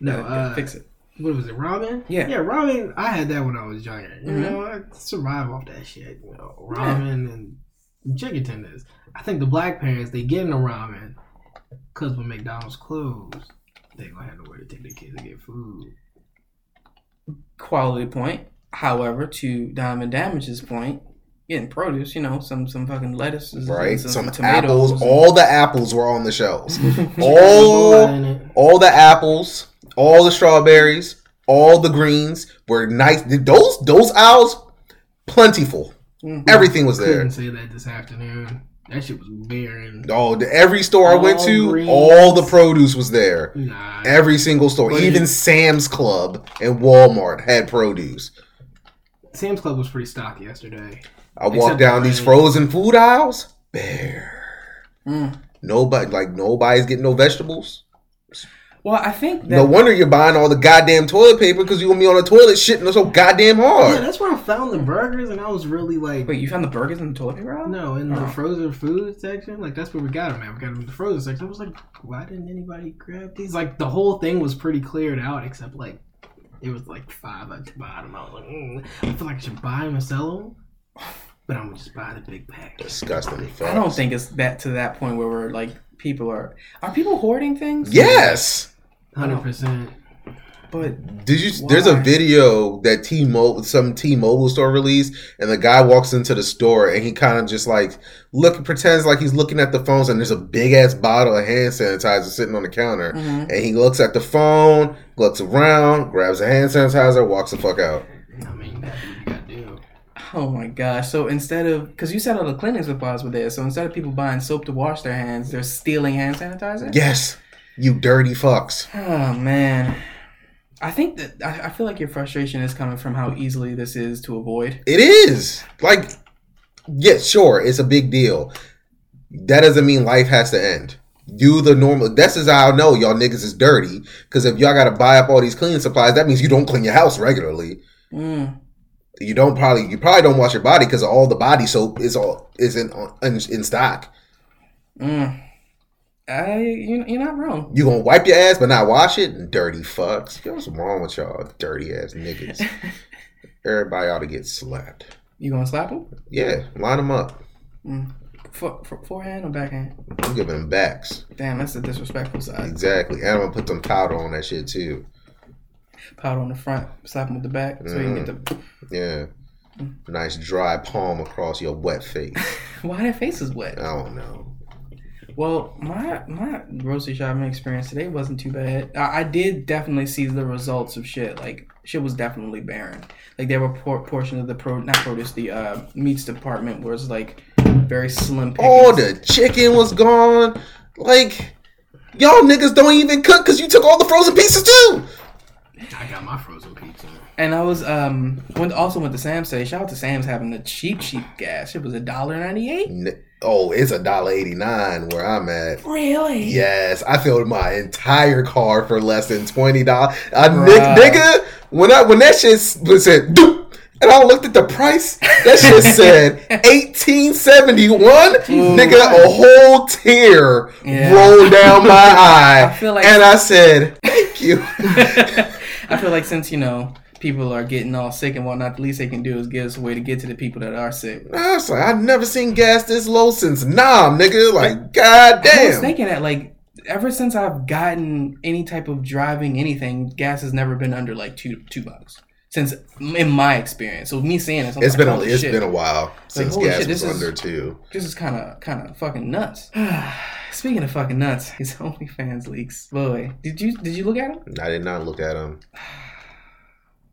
Speaker 1: no,
Speaker 3: no, uh,
Speaker 1: fix it.
Speaker 3: what was it, ramen?
Speaker 1: Yeah.
Speaker 3: Yeah, ramen, I had that when I was younger. You
Speaker 1: Mhm.
Speaker 3: know, I survived off that shit. You know, ramen and chicken tenders. I think the black parents, they get into ramen because when McDonald's closed, they going to have nowhere to take their kids to get food.
Speaker 1: Quality point. However, to Diamond Damage's point, getting produce, you know, some some fucking lettuces, and
Speaker 2: Right?
Speaker 1: some,
Speaker 2: Some
Speaker 1: tomatoes, (laughs) Mm-hmm.
Speaker 2: apples. All the apples were on the shelves.
Speaker 1: and-
Speaker 2: All
Speaker 3: in it.
Speaker 2: all the apples, all the strawberries, all the greens were nice. Those those aisles, plentiful.
Speaker 1: Mhm.
Speaker 2: Everything was
Speaker 3: Couldn't
Speaker 2: there.
Speaker 3: say that this afternoon. That shit was barren.
Speaker 2: Oh, the, every store I went
Speaker 3: All
Speaker 2: to,
Speaker 3: greens.
Speaker 2: all the produce was there.
Speaker 3: Nah.
Speaker 2: Every single store,
Speaker 3: But
Speaker 2: even
Speaker 3: it-
Speaker 2: Sam's Club and Walmart had produce.
Speaker 3: Sam's Club was pretty stocked yesterday.
Speaker 2: I walk
Speaker 3: Except
Speaker 2: down
Speaker 3: the
Speaker 2: these
Speaker 3: rain.
Speaker 2: frozen food aisles, bare.
Speaker 1: Mm.
Speaker 2: Nobody like nobody's getting no vegetables.
Speaker 1: Well, I think that
Speaker 2: no wonder you're buying all the goddamn toilet paper because you're gonna be on the toilet shitting so goddamn
Speaker 3: Yeah,
Speaker 2: hard.
Speaker 3: that's where I found the burgers, and I was really like,
Speaker 1: Wait, you found the burgers in the toilet paper aisle?
Speaker 3: No, in
Speaker 1: Oh.
Speaker 3: the frozen food section, like that's where we got them at. We got them in the frozen section. I was like, why didn't anybody grab these? Like the whole thing was pretty cleared out, except like it was like five at the bottom. I was like, mm, I feel like I should buy them and sell them, but I'm gonna just buy the big pack.
Speaker 2: Disgusting. fuck.
Speaker 1: I don't think it's that to that point where we're like people are are people hoarding things?
Speaker 2: Yes.
Speaker 3: Hundred percent.
Speaker 1: but
Speaker 2: Did you? There's a
Speaker 1: Why?
Speaker 2: video that T-Mobile, some T-Mobile store released, and the guy walks into the store and he kind of just like look pretends like he's looking at the phones, and there's a big ass bottle of hand sanitizer sitting on the counter,
Speaker 1: mhm.
Speaker 2: and he looks at the phone, looks around, grabs a hand sanitizer, walks the fuck out.
Speaker 3: I mean, that's what you gotta do.
Speaker 1: oh my gosh! So instead of because you said all the cleaning supplies were there, so instead of people buying soap to wash their hands, they're stealing hand sanitizer.
Speaker 2: Yes, you dirty fucks.
Speaker 1: Oh man, I think that I, I feel like your frustration is coming from how easily this is to avoid.
Speaker 2: It is like, yeah, sure, it's a big deal. That doesn't mean life has to end. Do the normal. This is how I know y'all niggas is dirty. Because if y'all got to buy up all these cleaning supplies, that means you don't clean your house regularly.
Speaker 1: Mm.
Speaker 2: You don't probably you probably don't wash your body because all the body soap is all is in, in in stock.
Speaker 1: Mm. I you you're not wrong.
Speaker 2: You gonna wipe your ass but not wash it? Dirty fucks. Yo, What's wrong with y'all? Dirty ass niggas. Everybody ought to get slapped.
Speaker 1: You gonna slap him?
Speaker 2: Yeah, line them up.
Speaker 1: Mm. For, for, forehand or backhand?
Speaker 2: I'm giving them backs.
Speaker 1: Damn, that's the disrespectful side.
Speaker 2: Exactly. And I'm gonna put some powder on that shit too.
Speaker 1: Powder on the front, slap him with the back, so you can get the (laughs)
Speaker 2: Yeah. Nice dry palm across your wet face.
Speaker 1: Why their face is
Speaker 2: I
Speaker 1: wet?
Speaker 2: don't know.
Speaker 1: Well, my my grocery shopping experience today wasn't too bad. I, I did definitely see the results of shit. Like shit was definitely barren. Like there were por- portions of the pro not produce the uh, meats department was like very slim. Pickings.
Speaker 2: All the chicken was gone. Like, y'all niggas don't even cook because you took all the frozen pieces too.
Speaker 3: I got my frozen pizza.
Speaker 1: and I was um went also went to Sam's today. Shout out to Sam's having the cheap cheap gas. It was a dollar ninety eight.
Speaker 2: N- Oh, it's a dollar eighty nine where I'm at.
Speaker 1: Really?
Speaker 2: Yes, I filled my entire car for less than twenty dollars. I
Speaker 1: Bruh.
Speaker 2: nick, nigga, when I when that shit s- was said, "Doop," and I looked at the price, that
Speaker 1: (laughs)
Speaker 2: shit said eighteen seventy one. Nigga, a whole tear
Speaker 1: Yeah.
Speaker 2: rolled
Speaker 1: (laughs)
Speaker 2: down my eye,
Speaker 1: I feel like- (laughs)
Speaker 2: and I said, "Thank you."
Speaker 1: I feel like since you know people are getting all sick and whatnot, the least they can do is give us a way to get to the people that are sick.
Speaker 2: (laughs) I was like, I've never seen gas this low since Nam, nigga. Like, god
Speaker 1: I was
Speaker 2: damn.
Speaker 1: thinking that like ever since I've gotten any type of driving anything, gas has never been under like two two bucks since in my experience. So me seeing this, I'm
Speaker 2: it's
Speaker 1: like,
Speaker 2: been a,
Speaker 1: holy Oh
Speaker 2: it's
Speaker 1: shit.
Speaker 2: been a while since
Speaker 1: holy
Speaker 2: gas
Speaker 1: shit,
Speaker 2: was
Speaker 1: this is-
Speaker 2: under two.
Speaker 1: This is kind of kind of fucking nuts. (sighs) Speaking of fucking nuts, (laughs) his OnlyFans leaks. Boy, did you did you look at him?
Speaker 2: I did not look at them.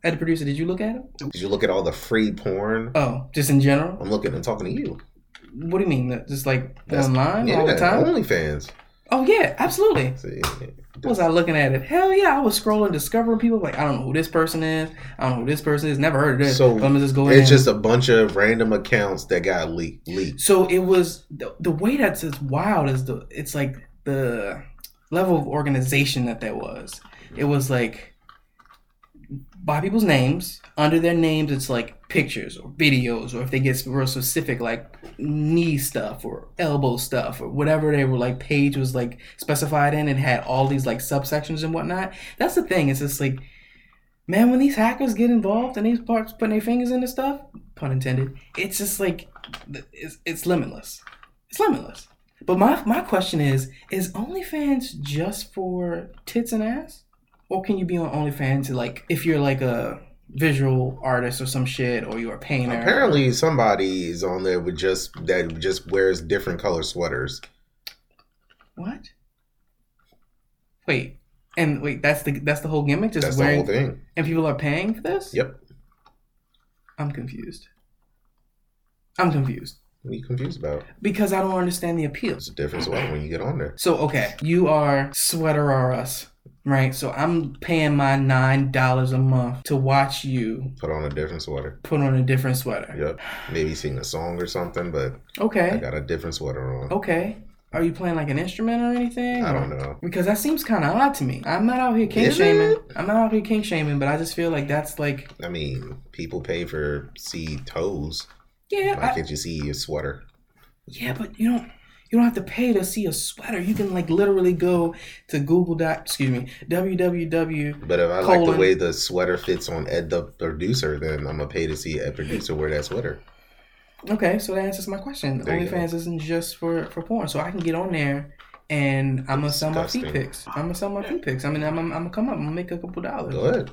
Speaker 1: At the producer, did you look at him?
Speaker 2: Did you look at all the free porn?
Speaker 1: Oh, just in general.
Speaker 2: I'm looking and talking to you.
Speaker 1: What do you mean? That- Just like
Speaker 2: That's-
Speaker 1: online
Speaker 2: Yeah,
Speaker 1: all the time?
Speaker 2: OnlyFans.
Speaker 1: Oh yeah, absolutely.
Speaker 2: See,
Speaker 1: What was I looking at it? Hell yeah, I was scrolling, discovering people. Like I don't know who this person is. I don't know who this person is. Never heard of this.
Speaker 2: So,
Speaker 1: So I'm just going.
Speaker 2: it's just a bunch of random accounts that got leaked. leaked.
Speaker 1: So it was the, the way that's as wild is the it's like the level of organization that that was. It was like by people's names under their names it's like pictures or videos or if they get real specific like knee stuff or elbow stuff or whatever they were like page was like specified in and had all these like subsections and whatnot that's the thing it's just like man when these hackers get involved and these parts putting their fingers into stuff pun intended it's just like th- it's, it's limitless. It's limitless. But my my question is: Is OnlyFans just for tits and ass, or can you be on OnlyFans to, like if you're like a visual artist or some shit, or you're a painter?
Speaker 2: Apparently, somebody is on there with just that just wears different color sweaters.
Speaker 1: what? Wait, and wait, that's the that's the whole gimmick, just
Speaker 2: That's the
Speaker 1: wearing,
Speaker 2: whole thing.
Speaker 1: and people are paying for this.
Speaker 2: Yep.
Speaker 1: I'm confused. I'm confused
Speaker 2: What are you confused about?
Speaker 1: because I don't understand the appeal.
Speaker 2: It's a different sweater when you get on there.
Speaker 1: So okay, you are sweater or us, right? So I'm paying my nine dollars a month to watch you
Speaker 2: Put on a different sweater.
Speaker 1: put on a different sweater.
Speaker 2: Yep. Maybe sing a song or something, but I
Speaker 1: Okay.
Speaker 2: got a different sweater on.
Speaker 1: Okay. Are you playing like an instrument or anything?
Speaker 2: I
Speaker 1: or-
Speaker 2: don't know.
Speaker 1: Because that seems kind of odd to me. I'm not out here king
Speaker 2: Is
Speaker 1: shaming.
Speaker 2: it?
Speaker 1: I'm not out here king shaming, but I just feel like that's like
Speaker 2: I mean, people pay for see toes.
Speaker 1: yeah,
Speaker 2: Why
Speaker 1: I-
Speaker 2: can't you see your sweater?
Speaker 1: yeah, but you don't you don't have to pay to see a sweater. You can like literally go to Google dot excuse me www
Speaker 2: But if I like the
Speaker 1: Colon.
Speaker 2: way the sweater fits on Ed the producer, then I'm gonna pay to see Ed producer wear that sweater.
Speaker 1: Okay, so that answers my question.
Speaker 2: There you go.
Speaker 1: OnlyFans isn't just for for porn, so I can get on there and I'm gonna sell my feet
Speaker 2: Disgusting.
Speaker 1: pics. I'm gonna sell my feet pics. I mean, I'm, I'm, I'm gonna come up, I'm gonna make a couple dollars.
Speaker 2: Good.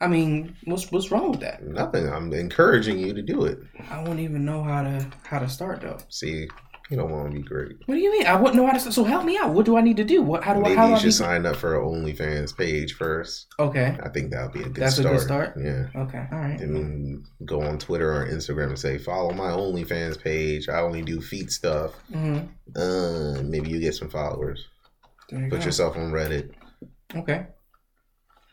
Speaker 1: I mean, what's what's wrong with that?
Speaker 2: Nothing. I'm encouraging you to do it.
Speaker 1: I wouldn't even know how to how to start though.
Speaker 2: See, you don't want to be great.
Speaker 1: What do you mean? I wouldn't know how to. start. So help me out. What do I need to do? What how do I
Speaker 2: Maybe
Speaker 1: how do
Speaker 2: you uh,
Speaker 1: I
Speaker 2: should
Speaker 1: be-
Speaker 2: sign up for an OnlyFans page first.
Speaker 1: Okay,
Speaker 2: I think that would be a good
Speaker 1: That's a
Speaker 2: start.
Speaker 1: good start?
Speaker 2: Yeah.
Speaker 1: okay, all right.
Speaker 2: Then go on Twitter or Instagram and say, follow my OnlyFans page. I only do feet stuff.
Speaker 1: Mm-hmm.
Speaker 2: Uh, maybe you get some followers.
Speaker 1: There you
Speaker 2: Put
Speaker 1: go.
Speaker 2: yourself on Reddit.
Speaker 1: okay.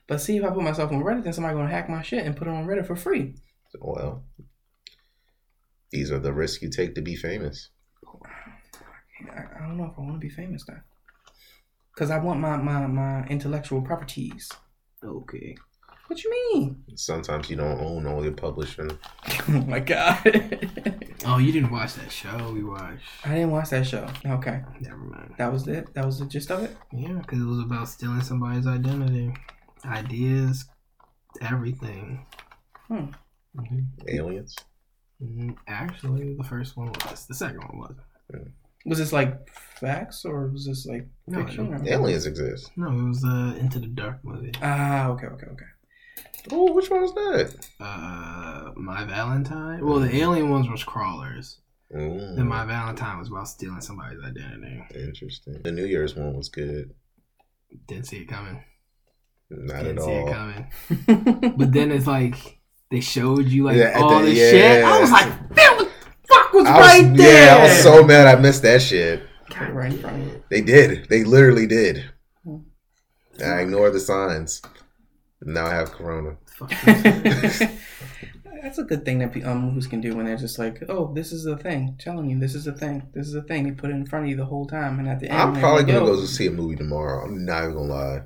Speaker 1: But see, if I put myself on Reddit, then somebody gonna hack my shit and put it on Reddit for free.
Speaker 2: Well, these are the risks you take to be famous.
Speaker 1: I, I don't know if I want to be famous now. Cause I want my, my, my intellectual properties.
Speaker 3: Okay.
Speaker 1: What you mean? (laughs)
Speaker 2: Sometimes you don't own all your publishing.
Speaker 1: oh my god. (laughs) I
Speaker 3: Oh, you didn't watch that show we watched.
Speaker 1: didn't watch that show. Okay.
Speaker 3: Never mind.
Speaker 1: That was it? That was the gist of it?
Speaker 3: Yeah, because it was about stealing somebody's identity, ideas, everything.
Speaker 1: Hmm.
Speaker 3: Mhm.
Speaker 2: Aliens.
Speaker 3: Mm, Actually, the first one was. The second one was.
Speaker 1: Was this like facts or was this like
Speaker 3: No,
Speaker 1: fiction? or-
Speaker 2: Aliens exist.
Speaker 3: No, it was uh, Into the Dark movie.
Speaker 1: Ah, okay, okay,
Speaker 2: (laughs)
Speaker 1: okay.
Speaker 2: Oh, which one was that?
Speaker 3: Uh, My Valentine. Well, the alien ones was crawlers.
Speaker 2: Ooh,
Speaker 3: Then My Valentine was about stealing somebody's identity.
Speaker 2: interesting. The New Year's one was good.
Speaker 3: Didn't see it coming.
Speaker 2: Not
Speaker 3: Didn't
Speaker 2: at
Speaker 3: see it
Speaker 2: all.
Speaker 3: coming. But then it's like they showed you like
Speaker 2: Yeah, at
Speaker 3: all
Speaker 2: the-
Speaker 3: this
Speaker 2: yeah.
Speaker 3: shit. I was like, that was, fuck was,
Speaker 2: I was-
Speaker 3: right there.
Speaker 2: Yeah, I was so mad I missed that shit.
Speaker 1: Put it right in front of you.
Speaker 2: They did. They literally did.
Speaker 1: Hmm.
Speaker 2: I ignored the signs. Now I have corona.
Speaker 3: Fuck.
Speaker 1: (laughs)
Speaker 2: (laughs)
Speaker 1: That's a good thing that pe- um, movies can do when they're just like, oh, this is a thing. Telling you, this is a thing. This is a thing. They put it in front of you the whole time. And at the end,
Speaker 2: I'm
Speaker 1: they're
Speaker 2: probably
Speaker 1: like, "Oh,
Speaker 2: gonna
Speaker 1: "Yo."
Speaker 2: go see a movie tomorrow. I'm not even gonna lie.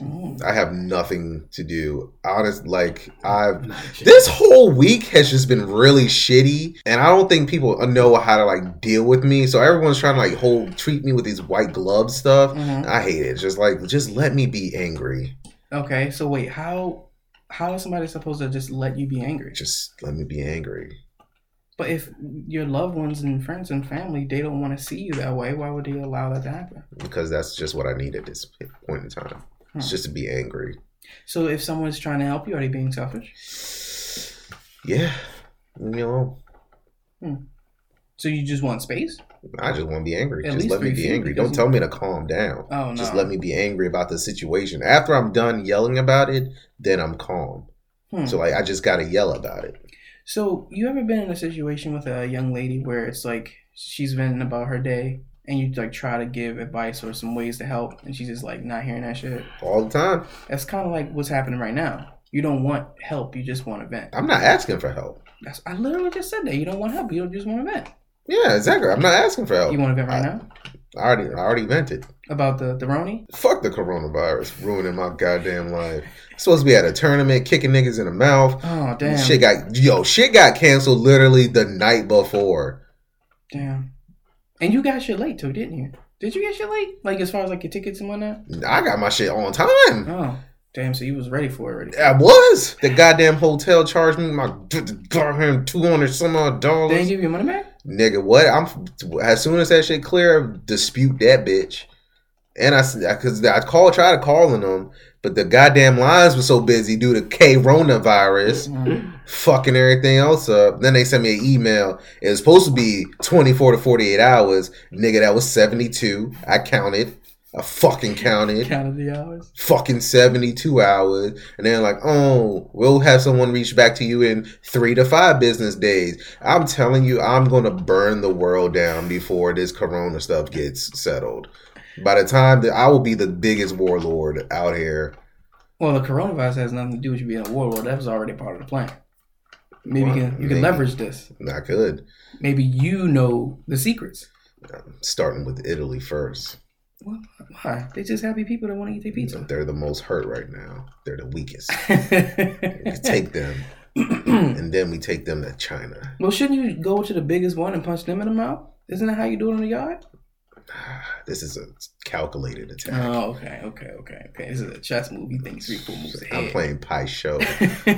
Speaker 1: Mm.
Speaker 2: I have nothing to do. Honest, like I've
Speaker 3: Not a chance.
Speaker 2: this whole week has just been really shitty and i don't think people know how to like deal with me so everyone's trying to like hold treat me with these white glove stuff
Speaker 1: Mhm.
Speaker 2: i hate it just like just let me be angry
Speaker 1: Okay, so wait, how how is somebody supposed to just let you be angry?
Speaker 2: Just let me be angry.
Speaker 1: But if your loved ones and friends and family they don't want to see you that way, why would they allow that to happen?
Speaker 2: because that's just what I need at this point in time. It's
Speaker 1: Hmm.
Speaker 2: just to be angry.
Speaker 1: So if someone's trying to help you, are they being selfish?
Speaker 2: Yeah, leave me alone.
Speaker 1: So you just want space?
Speaker 2: I just want to be angry.
Speaker 1: At
Speaker 2: just
Speaker 1: least
Speaker 2: let me
Speaker 1: refuse
Speaker 2: be angry.
Speaker 1: because
Speaker 2: Don't
Speaker 1: you-
Speaker 2: tell me to calm down.
Speaker 1: Oh no.
Speaker 2: Just let me be angry about the situation. After I'm done yelling about it, then I'm calm.
Speaker 1: Hmm.
Speaker 2: So like I just gotta yell about it.
Speaker 1: So you ever been in a situation with a young lady where it's like she's venting about her day and you like try to give advice or some ways to help and she's just like not hearing that shit?
Speaker 2: All the time.
Speaker 1: That's kind of like what's happening right now. You don't want help, you just want to vent.
Speaker 2: I'm not asking for help.
Speaker 1: That's, I literally just said that. You don't want help, you just want to vent.
Speaker 2: Yeah, exactly. I'm not asking for help.
Speaker 1: You want to vent right
Speaker 2: Oh, I-
Speaker 1: now?
Speaker 2: I already I already vented.
Speaker 1: About the, the Roni?
Speaker 2: Fuck the coronavirus ruining my goddamn life. supposed to be at a tournament kicking niggas in the mouth.
Speaker 1: Oh, damn.
Speaker 2: Shit got yo, shit got canceled literally the night before.
Speaker 1: Damn. And you got shit late too, didn't you? Did you get shit late? Like as far as like your tickets and whatnot?
Speaker 2: I got my shit on time.
Speaker 1: Oh, damn. So you was ready for it already.
Speaker 2: I was. The goddamn hotel charged me my d- d- goddamn two hundred some odd
Speaker 1: They didn't
Speaker 2: dollars.
Speaker 1: give you your money
Speaker 2: (laughs)
Speaker 1: back?
Speaker 2: Nigga, what? I'm as soon as that shit clear, dispute that bitch. And I because I called, tried calling them, but the goddamn lines were so busy due to coronavirus. virus.
Speaker 1: Mm.
Speaker 2: fucking everything else up. Then they sent me an email. It was supposed to be 24 to 48 hours. Nigga, that was 72. I counted. I fucking counted.
Speaker 1: Counted the hours.
Speaker 2: Fucking 72 hours. And then like, oh, we'll have someone reach back to you in three to five business days. I'm telling you, I'm gonna burn the world down before this corona stuff gets settled. By the time that I will be the biggest warlord out here.
Speaker 1: Well, the coronavirus has nothing to do with you being a warlord. That was already part of the plan. Maybe you
Speaker 2: Well,
Speaker 1: can you can
Speaker 2: maybe.
Speaker 1: leverage this.
Speaker 2: I could.
Speaker 1: Maybe you know the secrets.
Speaker 2: Starting with Italy first.
Speaker 1: Well, why? They just happy people that want to eat their pizza.
Speaker 2: They're the most hurt right now. They're the weakest. we
Speaker 1: Take. (laughs)
Speaker 2: take them, and then we take them to China. (sighs)
Speaker 1: well, shouldn't you go to the biggest one and punch them in the mouth? Isn't that how you do it in the yard?
Speaker 2: This is a calculated attack.
Speaker 1: Oh, okay, okay, okay, okay. This is a chess move. You think three, four moves
Speaker 2: I'm
Speaker 1: ahead.
Speaker 2: playing pie show. Okay,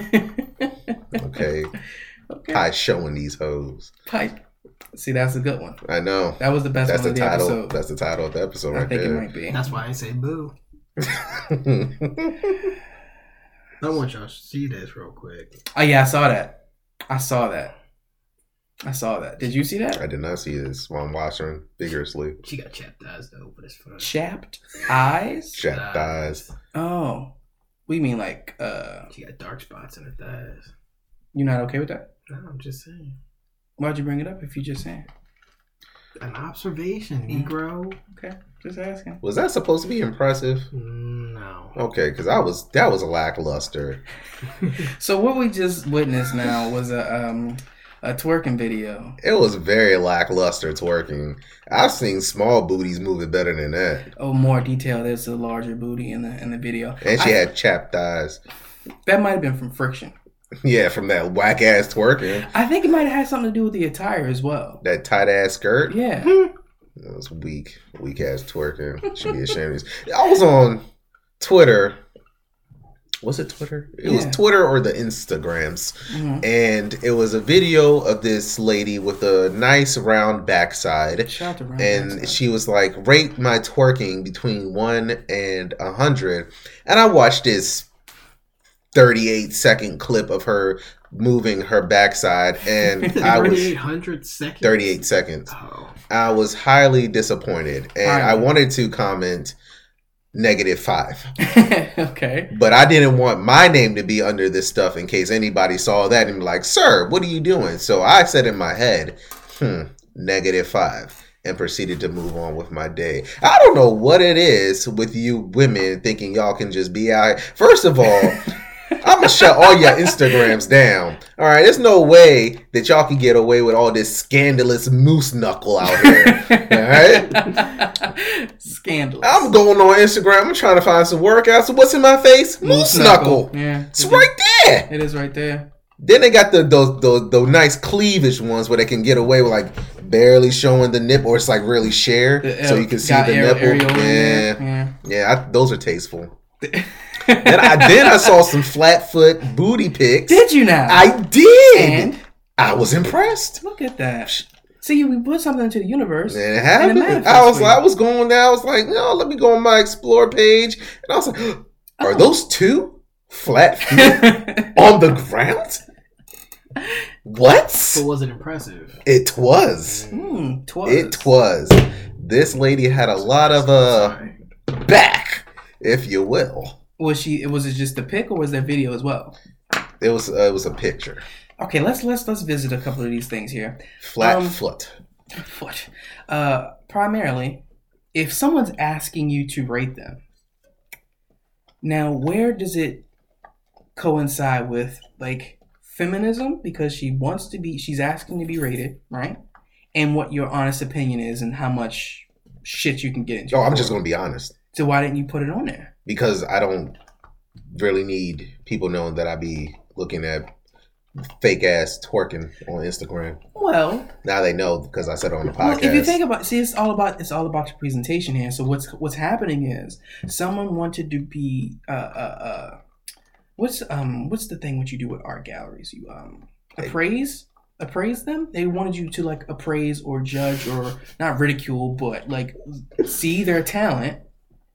Speaker 1: (laughs) okay.
Speaker 2: pie showing these hoes.
Speaker 1: Pipe. See, that's a good one.
Speaker 2: I know.
Speaker 1: That was the best
Speaker 2: That's
Speaker 1: one
Speaker 2: the
Speaker 1: of the
Speaker 2: title.
Speaker 1: episode.
Speaker 2: That's the title of the episode
Speaker 1: I
Speaker 2: right
Speaker 1: think it
Speaker 2: there.
Speaker 1: might be.
Speaker 3: That's why I say boo. I want y'all to see this real quick.
Speaker 1: Oh yeah, I saw that. I saw that. I saw that. Did you see
Speaker 2: (laughs) I
Speaker 1: that?
Speaker 2: did not see this while I'm watching vigorously.
Speaker 3: She got chapped eyes though, but it's fine.
Speaker 1: Chapped eyes?
Speaker 2: Jack dies.
Speaker 1: Oh. We mean like uh
Speaker 3: She got dark spots in her thighs.
Speaker 1: you're not okay with that?
Speaker 3: No, I'm just saying.
Speaker 1: Why'd you bring it up if you just saying?
Speaker 3: An observation,
Speaker 1: Mm.
Speaker 3: Negro.
Speaker 1: Okay. Just asking.
Speaker 2: Was that supposed to be impressive?
Speaker 3: No.
Speaker 2: Okay, because I was that was lackluster.
Speaker 1: So what we just witnessed now was a um a twerking video.
Speaker 2: It was very lackluster twerking. I've seen small booties moving better than that.
Speaker 1: Oh more detail, there's a larger booty in the in the video.
Speaker 2: And she
Speaker 1: I-
Speaker 2: had chapped thighs. (laughs)
Speaker 1: that might have been from friction.
Speaker 2: Yeah, from that whack ass twerking.
Speaker 1: I think it might have had something to do with the attire as well.
Speaker 2: That tight ass skirt.
Speaker 1: Yeah.
Speaker 2: It was weak, weak ass twerking. Should be ashamed. of this. I was on Twitter. Was it Twitter? It was
Speaker 1: Yeah.
Speaker 2: Twitter or the Instagrams.
Speaker 1: Mhm.
Speaker 2: And it was a video of this lady with a nice round backside.
Speaker 1: Shout out to Ryan.
Speaker 2: and
Speaker 1: Jackson.
Speaker 2: she was like, "Rate my twerking between one and a hundred. And I watched this thirty-eight second clip of her moving her backside, and I was
Speaker 3: 3,800 seconds?
Speaker 2: thirty-eight seconds.
Speaker 3: Oh.
Speaker 2: I was highly disappointed, and
Speaker 1: Highly.
Speaker 2: I wanted to comment negative five,
Speaker 1: (laughs) okay.
Speaker 2: but I didn't want my name to be under this stuff in case anybody saw that and be like, "Sir, what are you doing?" So I said in my head, "Hmm, negative five. And proceeded to move on with my day. I don't know what it is with you women thinking y'all can just be out. First of all, I'm gonna shut all your Instagrams down. All right, there's no way that y'all can get away with all this scandalous moose knuckle out here.
Speaker 1: Scandalous.
Speaker 2: I'm going on Instagram. I'm trying to find some workouts. What's in my face? Moose knuckle.
Speaker 1: Yeah.
Speaker 2: It's
Speaker 1: it
Speaker 2: right there.
Speaker 1: is- It is right there.
Speaker 2: Then they got the those those, those nice cleavage ones where they can get away with like barely showing the nip, or it's like really sheer,
Speaker 1: The,
Speaker 2: so
Speaker 1: uh,
Speaker 2: you can see
Speaker 1: got
Speaker 2: the
Speaker 1: aer-
Speaker 2: nipple.
Speaker 1: areola in
Speaker 2: Yeah,
Speaker 1: there.
Speaker 2: yeah, I, those are tasteful. Then
Speaker 1: (laughs)
Speaker 2: I then I saw some flat foot booty pics.
Speaker 4: Did you now?
Speaker 2: I did.
Speaker 4: and
Speaker 2: I was impressed.
Speaker 1: Look at that. See, we put something into the universe.
Speaker 2: And it happened.
Speaker 1: manifests
Speaker 2: I was
Speaker 1: for you.
Speaker 2: I was going down. I was like, no, let me go on my explore page. And I was like, (gasps) are
Speaker 1: (laughs) Oh.
Speaker 2: those two flat feet on the ground? What?
Speaker 3: But was it impressive?
Speaker 2: It was.
Speaker 4: Hmm, twas.
Speaker 2: It was. This lady had a lot of uh
Speaker 3: Sorry.
Speaker 2: back, if you will.
Speaker 1: was she? Was it just the pic, or was there video as well?
Speaker 2: It was uh, it was a picture.
Speaker 1: Okay, let's let's let's visit a couple of these things here.
Speaker 2: Flat
Speaker 1: Um,
Speaker 2: foot.
Speaker 1: foot. Uh, primarily, if someone's asking you to rate them, now where does it coincide with like feminism? Because she wants to be, she's asking to be rated, right? And what your honest opinion is, and how much shit you can get into.
Speaker 2: Oh, I'm just gonna be honest.
Speaker 1: So why didn't you put it on there?
Speaker 2: because I don't really need people knowing that I be looking at fake ass twerking on Instagram.
Speaker 1: Well,
Speaker 2: Now they know because I said it on the
Speaker 1: well,
Speaker 2: podcast.
Speaker 1: if you think about, see, it's all about it's all about your presentation here. So what's what's happening is someone wanted to be uh, uh, uh what's um what's the thing what you do with art galleries? You um
Speaker 2: Like-
Speaker 1: appraise appraise them. They wanted you to like appraise or judge or not ridicule, but like see their talent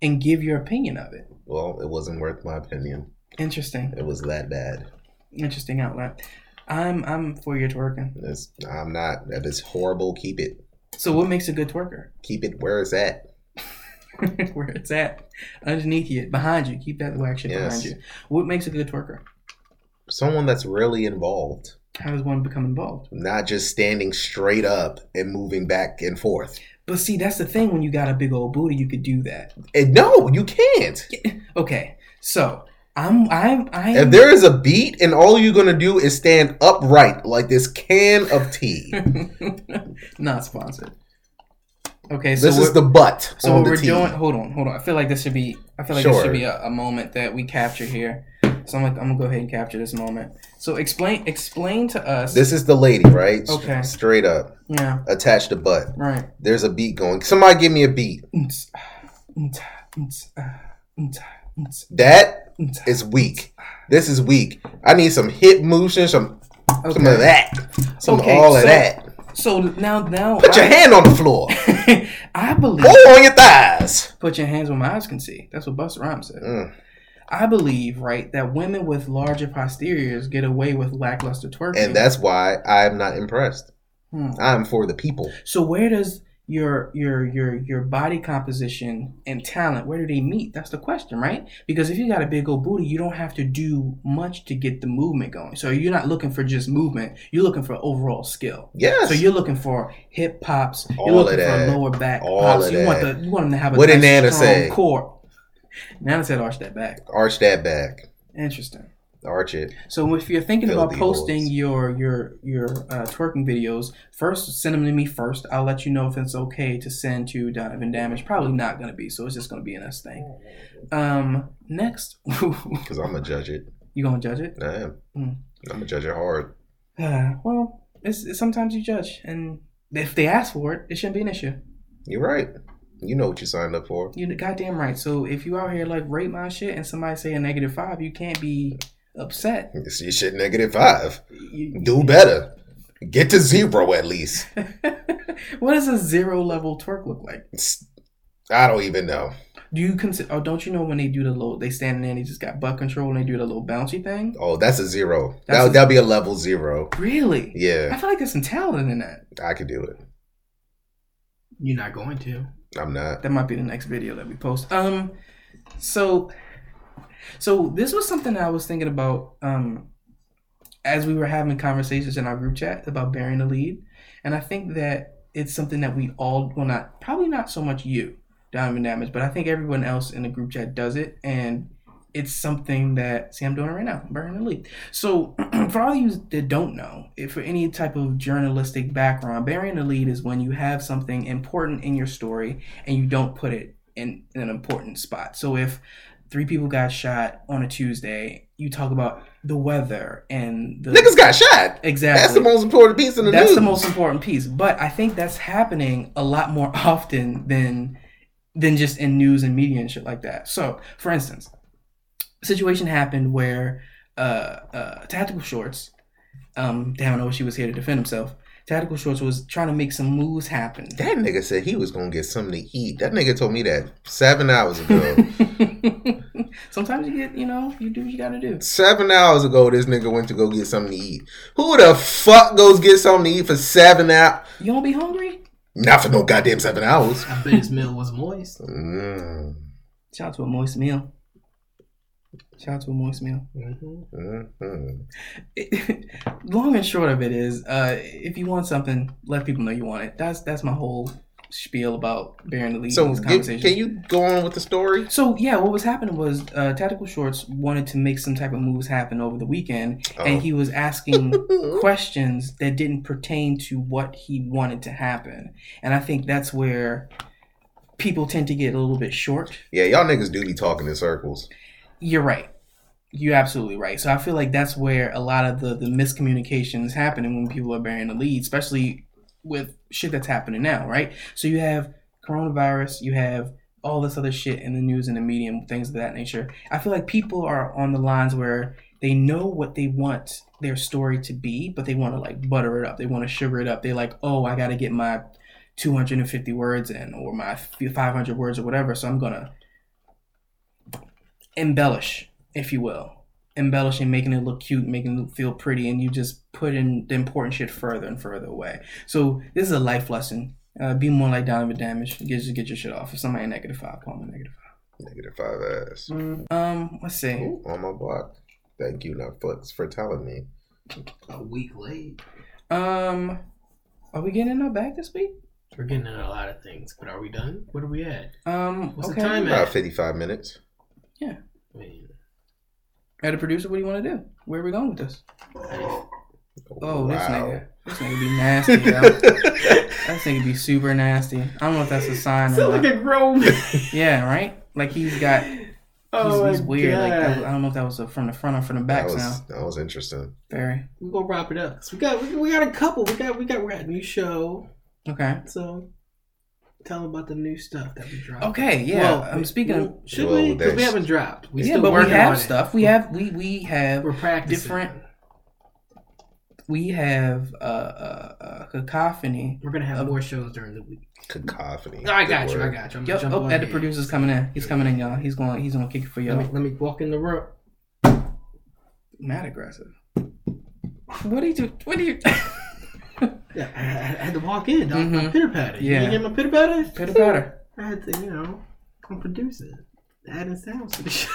Speaker 1: and give your opinion of it.
Speaker 2: well, it wasn't worth my opinion.
Speaker 1: Interesting,
Speaker 2: It was that bad.
Speaker 1: interesting outlet. I'm I'm for your twerking.
Speaker 2: It's, I'm not. If it's horrible, keep it.
Speaker 1: So what makes a good twerker? (laughs)
Speaker 2: Keep it where it's at.
Speaker 1: where it's at, underneath you, behind you. Keep that whack shit
Speaker 2: Yes.
Speaker 1: behind you. What makes a good twerker?
Speaker 2: Someone that's really involved,
Speaker 1: How does one become involved?
Speaker 2: not just standing straight up and moving back and forth.
Speaker 1: But see, that's the thing. When you got a big old booty, you could do that.
Speaker 2: And no, you can't.
Speaker 1: Okay, so I'm, I'm, I'm.
Speaker 2: If there is a beat and all you're gonna do is stand upright like this can
Speaker 1: (laughs)
Speaker 2: of tea,
Speaker 1: not sponsored. Okay, so
Speaker 2: this
Speaker 1: we're,
Speaker 2: is the butt.
Speaker 1: so
Speaker 2: on
Speaker 1: what
Speaker 2: the
Speaker 1: we're
Speaker 2: tea.
Speaker 1: doing. Hold on, hold on. I feel like this should be. I feel like this
Speaker 2: Sure.
Speaker 1: should be a, a moment that we capture here. So I'm like, I'm gonna go ahead and capture this moment. So explain, explain to us.
Speaker 2: This is the lady, right?
Speaker 1: Okay.
Speaker 2: Straight up.
Speaker 1: yeah,
Speaker 2: Attach the butt.
Speaker 1: right.
Speaker 2: There's a beat going. Somebody give me a beat.
Speaker 1: Unts, ah, unts, ah, unts, ah, unts, ah, unts, (laughs)
Speaker 2: That
Speaker 1: unts, ah.
Speaker 2: is weak. This is weak. I need some hip motion, some some of
Speaker 1: Okay.
Speaker 2: that. Some of
Speaker 1: Okay,
Speaker 2: all of
Speaker 1: so-
Speaker 2: that.
Speaker 1: So now, now,
Speaker 2: Put your hand on the floor.
Speaker 1: hand. (laughs) I believe.
Speaker 2: or on your thighs.
Speaker 1: Put your hands where my eyes can see. That's what Buster Rhymes said.
Speaker 2: Mm.
Speaker 1: I believe, right, that women with larger posteriors get away with lackluster twerking.
Speaker 2: And that's why I'm not impressed.
Speaker 1: Hmm.
Speaker 2: I'm for the people.
Speaker 1: so. Where does your your your your body composition and talent where do they meet? That's the question, right? Because if you got a big old booty, you don't have to do much to get the movement going. So you're not looking for just movement. You're looking for overall skill.
Speaker 2: Yes.
Speaker 1: So you're looking for hip pops. You're
Speaker 2: All of
Speaker 1: looking
Speaker 2: that.
Speaker 1: for lower back
Speaker 2: All
Speaker 1: pops.
Speaker 2: of
Speaker 1: you want
Speaker 2: that.
Speaker 1: the you want them to have a
Speaker 2: What did
Speaker 1: nice,
Speaker 2: Nana
Speaker 1: strong
Speaker 2: say?
Speaker 1: core. Nana said arch that back.
Speaker 2: Arch that back.
Speaker 1: Interesting.
Speaker 2: Arch it.
Speaker 1: So if you're thinking
Speaker 2: Fill
Speaker 1: about
Speaker 2: the
Speaker 1: posting
Speaker 2: holes.
Speaker 1: your your your uh, twerking videos, first send them to me first. I'll let you know if it's okay to send to Donovan Damage. Probably not gonna be. So it's just gonna be an us thing. Um, next, (laughs)
Speaker 2: Because I'm going to judge it.
Speaker 1: you gonna judge it? (sighs)
Speaker 2: I am.
Speaker 1: Mm.
Speaker 2: I'm going to judge it hard.
Speaker 1: Uh, well, it's, it's sometimes you judge, and if they ask for it, it shouldn't be an issue.
Speaker 2: You're right. You know what you signed up for.
Speaker 1: You're goddamn right. So if you out here like rate my shit and somebody say a negative five, you can't be upset.
Speaker 2: You should negative five.
Speaker 1: You,
Speaker 2: do better. Get to zero at least.
Speaker 1: (laughs) what does a zero level twerk look like?
Speaker 2: It's- I don't even know.
Speaker 1: Do you consider? Oh, don't you know when they do the little? They standing there and they just got butt control and they do the little bouncy thing.
Speaker 2: Oh, that's a zero.
Speaker 1: That's
Speaker 2: that
Speaker 1: a-
Speaker 2: that'll be a level zero.
Speaker 1: Really? I
Speaker 2: Yeah,
Speaker 1: feel like there's some talent in that.
Speaker 2: I could do it.
Speaker 3: You're not going to.
Speaker 2: I'm not.
Speaker 1: That might be the next video that we post. Um, so, so this was something I was thinking about. Um, as we were having conversations in our group chat about burying the lead, and I think that it's something that we all, well, not probably not so much you, Donovan Damage, but I think everyone else in the group chat does it, and it's something that see I'm doing it right now, burying the lead. So (clears throat) for all you that don't know, if for any type of journalistic background, burying the lead is when you have something important in your story and you don't put it in, in an important spot. So if three people got shot on a Tuesday, you talk about the weather and the
Speaker 2: Niggas got shot.
Speaker 1: exactly
Speaker 2: That's the most important piece in the
Speaker 1: that's
Speaker 2: news.
Speaker 1: the most important piece. But I think that's happening a lot (laughs) more often than than just in news and media and shit like that. So, for instance, situation happened where uh, uh, Tactical Shorts, um, damn, I wish he was here to defend himself. Tactical Shorts was trying to make some moves happen.
Speaker 2: That nigga said he was gonna get something to eat. That nigga told me that seven hours ago. (laughs)
Speaker 1: (laughs) Sometimes you get, you know, you do what you gotta do.
Speaker 2: seven hours ago, this nigga went to go get something to eat. Who the fuck goes get something to eat for seven hours?
Speaker 1: You don't be hungry?
Speaker 2: Not for no goddamn seven hours.
Speaker 3: I bet his meal was moist.
Speaker 2: Mm,
Speaker 1: Shout out to a moist meal. Shout out to a moist meal.
Speaker 3: Mm-hmm.
Speaker 2: mm, mm.
Speaker 1: (laughs) long and short of it is, uh, if you want something, let people know you want it. That's that's my whole spiel about bearing the lead in
Speaker 2: So,
Speaker 1: this
Speaker 2: give,
Speaker 1: conversation.
Speaker 2: can you go on with the story?
Speaker 1: so yeah, what was happening was uh, Tactical Shorts wanted to make some type of moves happen over the weekend, and he was asking
Speaker 2: (laughs) Oh.
Speaker 1: questions that didn't pertain to what he wanted to happen. And I think that's where people tend to get a little bit short.
Speaker 2: Yeah, y'all niggas do be talking in circles.
Speaker 1: You're right. You're absolutely right. So I feel like that's where a lot of the the miscommunications happening when people are bearing the lead, especially with shit that's happening now, right? So you have coronavirus, you have all this other shit in the news and the medium, things of that nature. I feel like people are on the lines where they know what they want their story to be, but they want to like butter it up. They want to sugar it up. They're like, oh, I got to get my 250 words in or my 500 words or whatever. So I'm going to embellish, if you will, embellishing, making it look cute, making it feel pretty, and you just put in the important shit further and further away. So this is a life lesson. Uh, be more like Donovan Damage. Get, just get your shit off. If somebody a negative five, call them a negative
Speaker 2: Negative five ass.
Speaker 3: Mm.
Speaker 1: five. Um, let's see.
Speaker 2: Ooh, on my block. Thank you, Netflix, for telling me.
Speaker 3: A week late.
Speaker 1: Um, are we getting in our bag this week?
Speaker 3: We're getting into a lot of things, but are we done? What are we at?
Speaker 1: Um,
Speaker 3: What's the
Speaker 1: okay.
Speaker 3: time at?
Speaker 2: About 55 minutes.
Speaker 3: I mean,
Speaker 1: At a producer, what do you want to do? Where are we going with this? Oh, this nigga. This nigga be nasty,
Speaker 3: (laughs)
Speaker 1: yo. that
Speaker 2: (laughs)
Speaker 1: nigga be super nasty. I don't know if that's a sign or
Speaker 3: sound
Speaker 1: not.
Speaker 3: like a grown man.
Speaker 1: Yeah, right? Like he's got He's,
Speaker 3: (laughs) Oh,
Speaker 1: he's
Speaker 3: my
Speaker 1: weird. Like that was-
Speaker 3: God.
Speaker 1: I don't know if that was a, from the front or from the back
Speaker 2: That was,
Speaker 1: now.
Speaker 2: that was interesting.
Speaker 1: Very
Speaker 3: We're gonna wrap it up. 'Cause we got we, we got a couple. We got we got we're at a new show.
Speaker 1: okay.
Speaker 3: So tell them about the new stuff that we dropped.
Speaker 1: Okay, yeah. I'm speaking of
Speaker 3: well, should
Speaker 2: Well,
Speaker 3: we? Because we
Speaker 2: that's-
Speaker 3: haven't dropped. We
Speaker 1: yeah,
Speaker 3: still
Speaker 1: but we
Speaker 3: working on
Speaker 1: have
Speaker 3: it.
Speaker 1: stuff. We have we we have
Speaker 3: We're practicing.
Speaker 1: different- we have uh, uh, uh cacophony.
Speaker 3: We're gonna have
Speaker 1: Um,
Speaker 3: more shows during the week.
Speaker 2: Cacophony.
Speaker 3: I
Speaker 2: Good
Speaker 3: got you. I
Speaker 2: word.
Speaker 3: got you. I'm
Speaker 1: Yep.
Speaker 3: gonna jump
Speaker 1: Oh,
Speaker 3: on
Speaker 1: and the
Speaker 3: in.
Speaker 1: producer's coming in. He's coming in, y'all. He's going. He's gonna kick it for
Speaker 3: Let me,
Speaker 1: y'all.
Speaker 3: let me walk in the room.
Speaker 1: Mad aggressive. What do you do? What do you?
Speaker 3: (laughs) Yeah, I, I had to walk in. Dog. My
Speaker 1: Mhm.
Speaker 3: pitter patter.
Speaker 1: Yeah.
Speaker 3: You didn't hear my pitter patter?
Speaker 1: Pitter patter.
Speaker 3: I had to, you know, I'm producing, adding sounds to the show.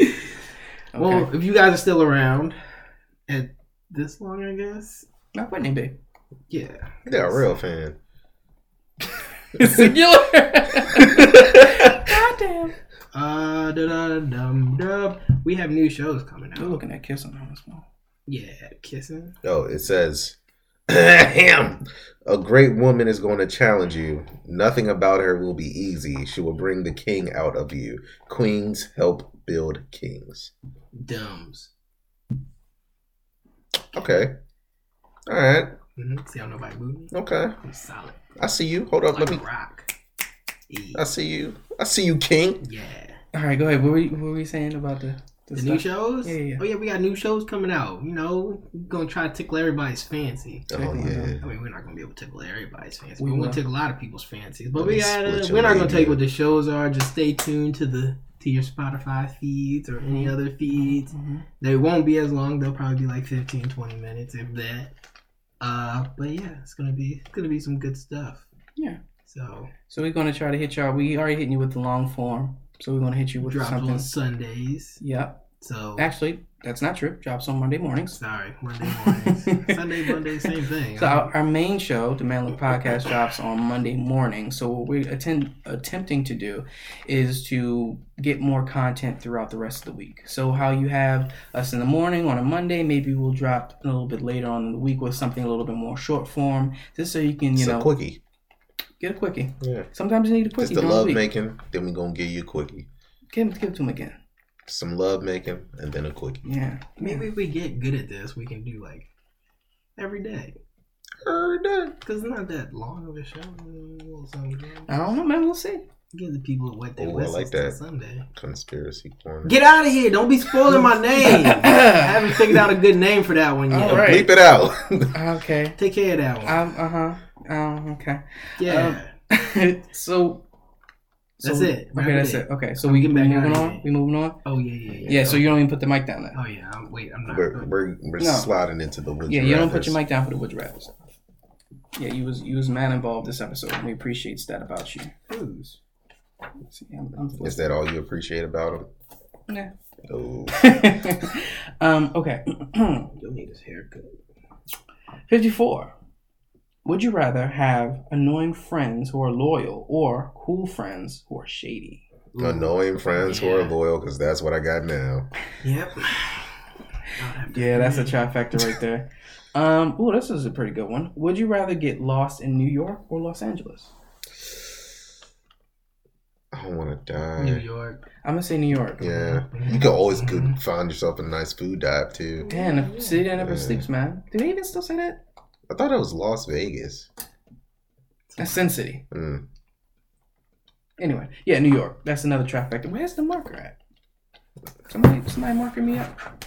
Speaker 1: Okay.
Speaker 3: Well, if you guys are still around at this long, I guess.
Speaker 1: Not Whitney
Speaker 3: (laughs)
Speaker 1: B. (laughs)
Speaker 3: Yeah.
Speaker 2: They're a real fan.
Speaker 3: (laughs)
Speaker 1: Singular. Goddamn.
Speaker 3: Uh, da da dum dub. We have new shows coming
Speaker 1: You're
Speaker 3: out.
Speaker 1: looking at kissing on this one.
Speaker 3: Yeah, kissing.
Speaker 2: Oh, it says, (laughs) Ahem. A great woman is going to challenge you. Nothing about her will be easy. She will bring the king out of you. Queens help build kings.
Speaker 3: Dumbs.
Speaker 2: Okay. All right.
Speaker 3: hmm See how nobody moved me?
Speaker 2: Okay.
Speaker 3: I'm solid.
Speaker 2: I see you. Hold up. Let
Speaker 3: Like a
Speaker 2: me.
Speaker 3: rock. Yeah.
Speaker 2: I see you. I see you, king.
Speaker 3: Yeah.
Speaker 1: All right, go ahead. What were you, what were you saying about the, the,
Speaker 3: The
Speaker 1: stuff?
Speaker 3: new shows?
Speaker 1: Yeah, yeah, yeah.
Speaker 3: Oh, yeah, we got new shows coming out. You know, we're going to try to tickle everybody's fancy.
Speaker 2: Oh, yeah.
Speaker 3: I mean, we're not gonna be able to tickle everybody's fancy.
Speaker 1: We
Speaker 3: We're
Speaker 1: will.
Speaker 3: gonna tickle a lot of people's fancies, but
Speaker 2: Let
Speaker 3: we
Speaker 2: me
Speaker 3: gotta.
Speaker 2: split
Speaker 3: We're
Speaker 2: your
Speaker 3: not gonna tell you
Speaker 2: labia.
Speaker 3: what the shows are. Just stay tuned to the to your Spotify feeds or any other feeds.
Speaker 1: Mhm.
Speaker 3: They won't be as long. They'll probably be like 15, 20 minutes, if that. Uh, but yeah, it's gonna be it's gonna be some good stuff.
Speaker 1: Yeah.
Speaker 3: So
Speaker 1: So we're gonna try to hit y'all. We already hitting you with the long form, so we're gonna hit you with
Speaker 3: dropped
Speaker 1: something.
Speaker 3: on Sundays.
Speaker 1: Yeah,
Speaker 3: So
Speaker 1: actually, that's not true. Drops on Monday mornings.
Speaker 3: sorry, Monday (laughs) mornings, Sunday, Monday, same thing.
Speaker 1: So our, our main show, the Man Look Podcast, (laughs) drops on Monday morning. So what we're attend, attempting to do is to get more content throughout the rest of the week. So how you have us in the morning on a Monday, maybe we'll drop a little bit later on in the week with something a little bit more short form, just so you can you
Speaker 2: It's
Speaker 1: know
Speaker 2: a quickie.
Speaker 1: get a quickie.
Speaker 2: Yeah.
Speaker 1: Sometimes you need a
Speaker 2: It's
Speaker 1: quickie.
Speaker 2: the
Speaker 1: during the
Speaker 2: love
Speaker 1: week.
Speaker 2: making. Then we gonna give you a quickie.
Speaker 1: Give, give it to him again.
Speaker 2: Some love making, and then a quickie.
Speaker 1: Yeah.
Speaker 3: Maybe if we get good at this, we can do like every day.
Speaker 2: Heard that.
Speaker 3: Cause it's not that long of a show. A little something. Uh,
Speaker 1: I don't know, man. We'll see.
Speaker 3: Give the people what they
Speaker 2: Ooh, Oh, I
Speaker 3: whistle
Speaker 2: like
Speaker 3: till
Speaker 2: that.
Speaker 3: Sunday.
Speaker 2: Conspiracy corner.
Speaker 3: Get out of here! Don't be spoiling (laughs)
Speaker 1: (laughs)
Speaker 3: my name. I haven't figured out a good name for that one yet.
Speaker 2: Bleep
Speaker 1: All right.
Speaker 2: it out. (laughs)
Speaker 1: Okay.
Speaker 3: Take care of that one.
Speaker 1: Um. Uh huh. Um. Okay. (laughs)
Speaker 3: yeah,
Speaker 1: um, so.
Speaker 3: That's
Speaker 1: so-
Speaker 3: it. Wrap
Speaker 1: Okay,
Speaker 3: it
Speaker 1: that's
Speaker 3: in.
Speaker 1: it. Okay, so
Speaker 3: I'm
Speaker 1: we, we
Speaker 3: getting back out
Speaker 1: moving
Speaker 3: of
Speaker 1: on.
Speaker 3: here.
Speaker 1: We moving on.
Speaker 3: Oh yeah, yeah, yeah.
Speaker 1: Yeah. So you don't even put the mic down there.
Speaker 3: Oh yeah. I'm, wait, I'm not.
Speaker 2: we're we're, we're
Speaker 1: No.
Speaker 2: sliding into the woods.
Speaker 1: Yeah. You don't put your mic down for the wood rattles. Yeah. You was you was man involved this episode. and We appreciates that about you.
Speaker 3: Who's?
Speaker 1: See, I'm, I'm
Speaker 2: Is that all you appreciate about him?
Speaker 1: Nah.
Speaker 2: Oh,
Speaker 1: (laughs) um. Okay. (clears throat)
Speaker 3: You'll need his haircut.
Speaker 1: Fifty-four. Would you rather have annoying friends who are loyal or cool friends who are shady?
Speaker 2: annoying friends who are
Speaker 3: Yeah.
Speaker 2: loyal because that's what I got now.
Speaker 3: Yep. (sighs) I'll have to
Speaker 1: Yeah, that's a
Speaker 3: agree.
Speaker 1: trifecta right
Speaker 3: (laughs)
Speaker 1: there. Um, ooh, this is a pretty good one. Would you rather get lost in New York or Los Angeles?
Speaker 2: I don't want to
Speaker 3: New
Speaker 2: die.
Speaker 3: York.
Speaker 1: I'm gonna say New York.
Speaker 2: Yeah, you can always go find yourself a nice food dive too.
Speaker 1: Damn, the city that never
Speaker 2: Yeah.
Speaker 1: sleeps, man. Do they even still say that?
Speaker 2: I thought it was Las Vegas.
Speaker 1: That's Sin City.
Speaker 2: Mm.
Speaker 1: Anyway, yeah, New York. That's another trifecta. Where's the marker at? Somebody, somebody marking me up.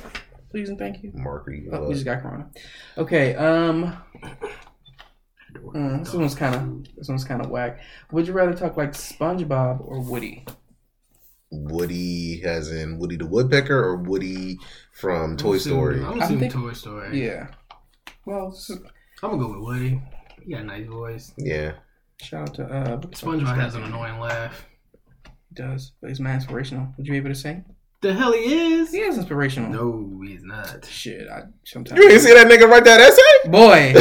Speaker 1: Please and thank you.
Speaker 2: Marker, you
Speaker 1: Oh,
Speaker 2: up.
Speaker 1: we just got Corona. Okay. Um, mm, this one's kind of this one's kind of whack. Would you rather talk like SpongeBob or Woody?
Speaker 2: Woody, as in Woody the Woodpecker, or Woody from Toy Story.
Speaker 3: I'm
Speaker 1: I
Speaker 3: assuming
Speaker 1: think-
Speaker 3: Toy Story.
Speaker 1: Yeah. Well, s-
Speaker 3: I'm gonna go with Woody. You got a nice voice.
Speaker 2: Yeah,
Speaker 1: shout out to uh,
Speaker 3: SpongeBob has an annoying laugh.
Speaker 1: He does, but he's my inspirational. Would you be able to sing?
Speaker 3: The hell he is?
Speaker 1: He is inspirational.
Speaker 3: No, he's not.
Speaker 1: Shit, I sometimes.
Speaker 2: you didn't see that nigga write that (laughs) essay.
Speaker 1: Boy.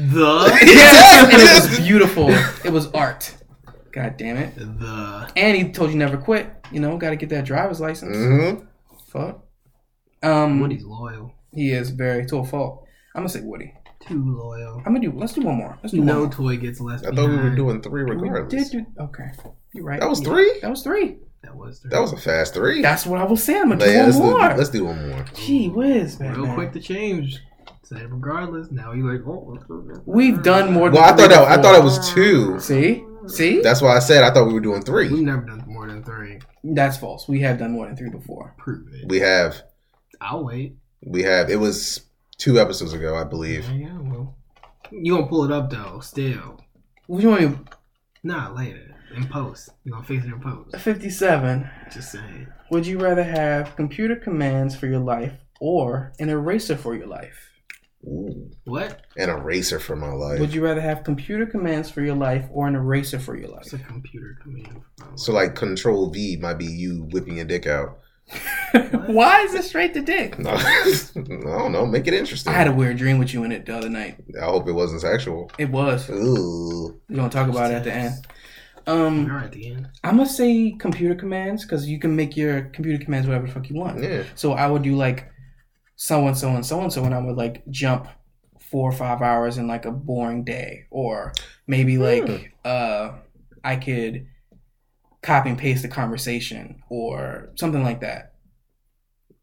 Speaker 3: The
Speaker 1: yes, and it was beautiful. It was art. God damn it. (laughs)
Speaker 3: the
Speaker 1: And he told you never quit. You know, got to get that driver's license.
Speaker 2: mm-hmm.
Speaker 1: Fuck. Um,
Speaker 3: Woody's loyal.
Speaker 1: he is very to a fault. I'm gonna say Woody.
Speaker 3: Too loyal.
Speaker 1: I'm gonna do. Let's do one more. Let's do
Speaker 3: No
Speaker 1: one
Speaker 3: toy gets less.
Speaker 2: I thought we were
Speaker 3: behind.
Speaker 2: doing three
Speaker 1: more. We did
Speaker 2: regardless.
Speaker 1: do. Okay, you're right.
Speaker 2: That was three.
Speaker 1: That was three.
Speaker 3: That was
Speaker 2: That was a fast three.
Speaker 1: That's what I was saying. I'm gonna
Speaker 2: Like, yeah,
Speaker 1: do
Speaker 2: let's,
Speaker 1: one
Speaker 2: do,
Speaker 1: more.
Speaker 2: let's do one more.
Speaker 1: Gee whiz, man.
Speaker 3: real quick to change. Said it regardless. Now you like. oh.
Speaker 1: We've done more
Speaker 2: Well, I
Speaker 1: three
Speaker 2: thought that,
Speaker 1: or
Speaker 2: I
Speaker 1: four.
Speaker 2: thought it was two.
Speaker 1: See, see,
Speaker 2: That's why I said I thought we were doing
Speaker 3: We've
Speaker 2: three.
Speaker 3: never done more than three.
Speaker 1: that's false. We have done more than three before.
Speaker 3: Prove it.
Speaker 2: We have
Speaker 3: I'll wait.
Speaker 2: we have it was two episodes ago, I believe.
Speaker 3: Yeah, well, you gonna pull it up though. Still,
Speaker 1: What do you want me?
Speaker 3: nah, later in post. You gonna fix it in post.
Speaker 1: Fifty-seven.
Speaker 3: Just saying.
Speaker 1: Would you rather have computer commands for your life or an eraser for your life?
Speaker 2: Ooh,
Speaker 3: What?
Speaker 2: an eraser for my life.
Speaker 1: Would you rather have computer commands for your life or an eraser for your life? (laughs)
Speaker 3: It's a computer command.
Speaker 2: so like Control V might be you whipping your dick out. (laughs)
Speaker 1: Why is it straight to dick?
Speaker 2: No, I don't know. Make it interesting.
Speaker 1: I
Speaker 2: I,
Speaker 1: had a weird dream with you in it the other night.
Speaker 2: hope it wasn't sexual.
Speaker 1: It was.
Speaker 2: Ooh,
Speaker 1: We're gonna talk about it at the end.
Speaker 3: All
Speaker 1: Um,
Speaker 3: right, the end.
Speaker 1: I'm gonna say computer commands because you can make your computer commands whatever the fuck you want.
Speaker 2: yeah.
Speaker 1: So I would do like so and so and so and so, and I would like jump four or five hours in like a boring day, or maybe like uh, I could copy and paste the conversation or something like that,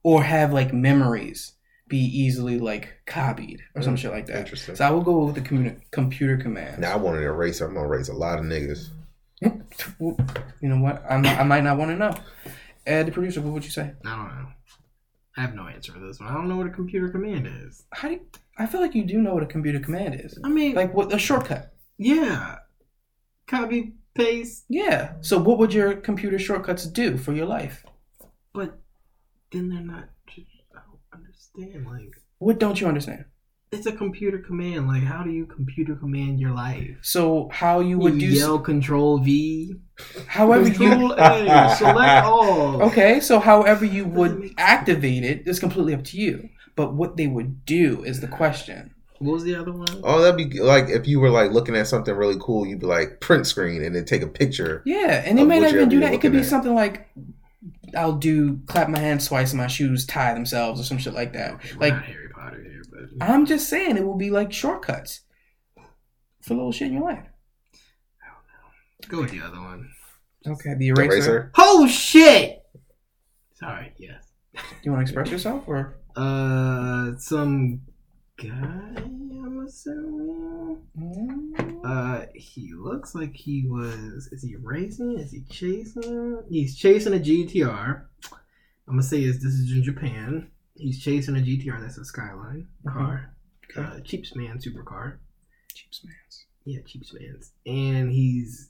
Speaker 1: or have like memories be easily like copied or some
Speaker 2: Mm,
Speaker 1: shit like that.
Speaker 2: Interesting.
Speaker 1: So I would go with the commu- computer command.
Speaker 2: Now I wanted an eraser. I'm gonna erase a lot of niggas.
Speaker 1: Well, You know what? I'm not, I might not want to know. Ed, the producer, what would you say?
Speaker 3: I don't know. I have no answer for this one. I don't know what a computer command is.
Speaker 1: How do you, I feel like you do know what a computer command is?
Speaker 3: I mean,
Speaker 1: Like what a shortcut.
Speaker 3: yeah, copy paste,
Speaker 1: Yeah. So what would your computer shortcuts do for your life?
Speaker 3: but then they're not. I don't understand. Like,
Speaker 1: What don't you understand?
Speaker 3: it's a computer command. Like, how do you computer command your life?
Speaker 1: So how you would
Speaker 3: you
Speaker 1: do
Speaker 3: yell Control V.
Speaker 1: however you
Speaker 2: (laughs)
Speaker 3: Control A,
Speaker 1: (laughs)
Speaker 3: select all.
Speaker 1: Okay, so however you would
Speaker 3: make
Speaker 1: activate it is completely up to you. But what they would do is the question.
Speaker 3: What was the other one?
Speaker 2: Oh, that'd be like if you were like looking at something really cool, you'd be like print screen and then take a picture.
Speaker 1: Yeah, and it
Speaker 2: Of
Speaker 1: may not
Speaker 2: whichever
Speaker 1: even do
Speaker 2: you're
Speaker 1: that. It could
Speaker 2: looking
Speaker 1: be
Speaker 2: at.
Speaker 1: something like I'll do clap my hands twice and my shoes tie themselves or some shit like that.
Speaker 3: Okay, we're
Speaker 1: Like
Speaker 3: not Harry Potter here, but
Speaker 1: I'm just saying it will be like shortcuts for little shit in your life.
Speaker 3: go with the other one.
Speaker 1: Okay, the
Speaker 2: The
Speaker 1: eraser.
Speaker 2: eraser.
Speaker 3: Oh shit! Sorry. Yes.
Speaker 1: Do you want to express yourself or
Speaker 3: Uh,
Speaker 1: Mm.
Speaker 3: some guy. I'm assuming. Uh, he looks like he was. Is he racing? Is he chasing? He's chasing a GTR. I'm gonna say is this is in Japan. He's chasing a GTR. That's a Skyline car,
Speaker 1: Okay.
Speaker 3: uh, cheap's man supercar.
Speaker 1: Cheap's man's.
Speaker 3: Yeah, cheap's man's. And he's.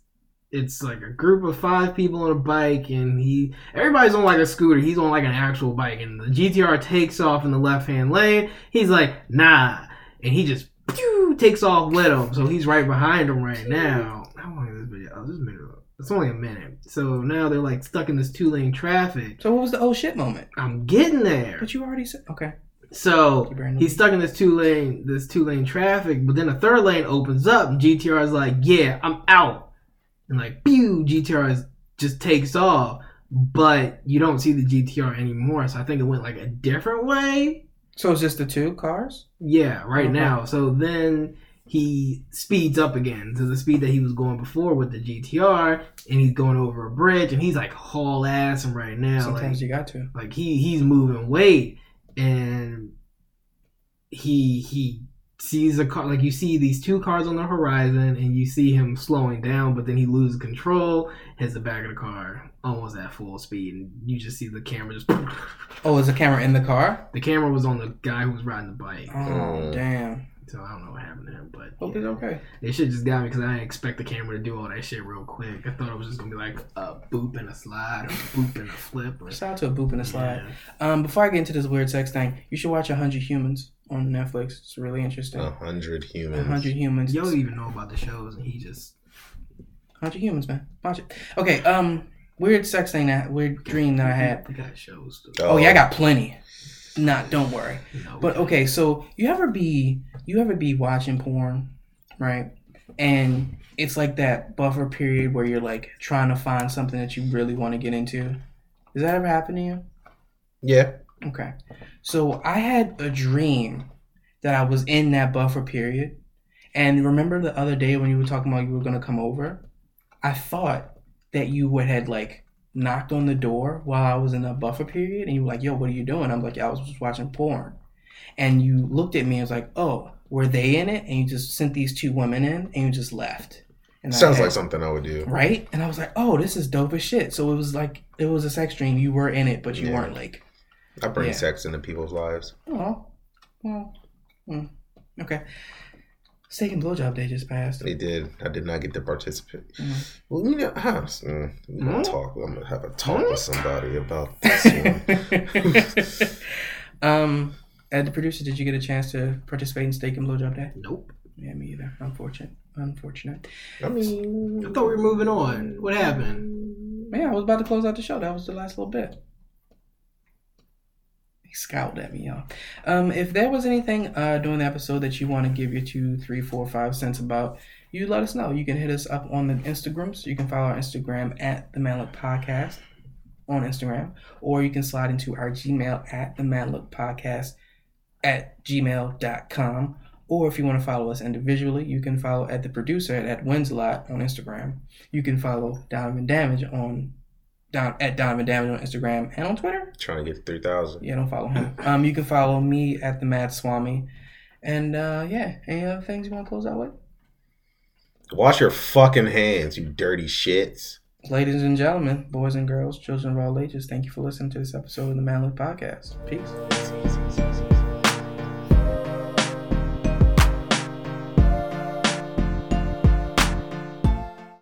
Speaker 3: It's like a group of five people on a bike, and he everybody's on like a scooter. He's on like an actual bike, and the GTR takes off in the left hand lane. He's like, nah, and he just pew, takes off with him. So he's right behind him right now. How long is this video? Oh, this minute. It's only a minute. So now they're like stuck in this two lane traffic.
Speaker 1: So what was the oh shit moment?
Speaker 3: I'm getting there.
Speaker 1: But you already said okay.
Speaker 3: So
Speaker 1: You Brandon.
Speaker 3: He's stuck in this two lane this two lane traffic, but then a third lane opens up and GTR is like, yeah, I'm out. And like pew, GTR is, just takes off. But you don't see the GTR anymore. So I think it went like a different way.
Speaker 1: so it's just the two cars.
Speaker 3: Yeah, right
Speaker 1: Okay.
Speaker 3: now. So then he speeds up again to the speed that he was going before with the GTR, and he's going over a bridge, and he's like haul ass right now. Like,
Speaker 1: Sometimes you got to.
Speaker 3: like he he's moving weight, and he he sees a car like you see these two cars on the horizon, and you see him slowing down, but then he loses control, hits the back of the car almost at full speed, and you just see the camera just.
Speaker 1: Oh, is the camera in the car?
Speaker 3: The camera was on the guy who was riding the bike,
Speaker 1: Oh
Speaker 3: Uh,
Speaker 2: Mm.
Speaker 1: damn.
Speaker 3: so I don't know what happened to him, but.
Speaker 1: Hope
Speaker 3: yeah.
Speaker 1: it's okay.
Speaker 3: They should just got me because I didn't expect the camera to do all that shit real quick. I thought it was just gonna be like a boop and a slide or a boop and a flip or
Speaker 1: Shout out to a boop and a slide.
Speaker 3: Yeah.
Speaker 1: Um, before I get into this weird sex thing, you should watch hundred humans on Netflix. It's really interesting.
Speaker 3: Oh,
Speaker 2: A hundred humans.
Speaker 1: hundred humans.
Speaker 3: You don't even know about the shows, and he just
Speaker 1: hundred humans, man. Watch it. Okay. Um, weird sex thing that weird dream that I had.
Speaker 3: We got shows. To,
Speaker 1: Oh yeah, I got plenty. Nah, don't worry.
Speaker 3: you know,
Speaker 1: But okay, so you ever be you ever be watching porn, right? And it's like that buffer period where you're like trying to find something that you really want to get into. Does that ever happen to you?
Speaker 2: Yeah.
Speaker 1: Okay. So I had a dream that I was in that buffer period. And remember the other day when you were talking about you were going to come over? I thought that you would had like knocked on the door while I was in that buffer period and you were like, yo, what are you doing? I'm like, "Yeah, I was just watching porn. And you looked at me and was like, oh, were they in it? And you just sent these two women in and you just left. And I
Speaker 2: Sounds
Speaker 1: had-
Speaker 2: like something I would do.
Speaker 1: Right? And I was like, oh, this is dope as shit. So it was like, it was a sex dream. You were in it, but you
Speaker 2: Yeah.
Speaker 1: weren't like
Speaker 2: I bring
Speaker 1: Yeah.
Speaker 2: sex into people's lives.
Speaker 1: Oh, well, mm, okay. Steak and blowjob day just passed.
Speaker 2: They did. I did not get to participate.
Speaker 1: Mm.
Speaker 2: Well, you know, huh, mm, we
Speaker 1: Mm-hmm.
Speaker 2: gonna
Speaker 3: Hmm?
Speaker 2: talk. I'm gonna have a talk
Speaker 3: Hmm?
Speaker 2: with somebody about
Speaker 1: (laughs)
Speaker 2: this
Speaker 1: (laughs)
Speaker 2: one.
Speaker 1: um, as the producer, did you get a chance to participate in steak and blowjob day?
Speaker 3: nope.
Speaker 1: Yeah, me either. Unfortunate. Unfortunate.
Speaker 2: I mean,
Speaker 3: I thought we were moving on. What happened?
Speaker 1: Yeah, I was about to close out the show. That was the last little bit. He scowled at me, y'all. Um, if there was anything uh, during the episode that you want to give your two, three, four, five cents about, you let us know. You can hit us up on the Instagrams. You can follow our Instagram at the Manlook Podcast on Instagram, or you can slide into our Gmail at the Manlook Podcast at gmail.com. Or if you want to follow us individually, you can follow at the producer at, at Winslot on Instagram. You can follow Donovan Damage on Don, at Donovan Damage on Instagram and on Twitter.
Speaker 2: trying to get three thousand.
Speaker 1: Yeah, don't follow him. Um, you can follow me at the Mad Swami. And uh, yeah, any other things you want to close out with?
Speaker 2: Wash your fucking hands, you dirty shits.
Speaker 1: Ladies and gentlemen, boys and girls, children of all ages, thank you for listening to this episode of the Manly Podcast. Peace.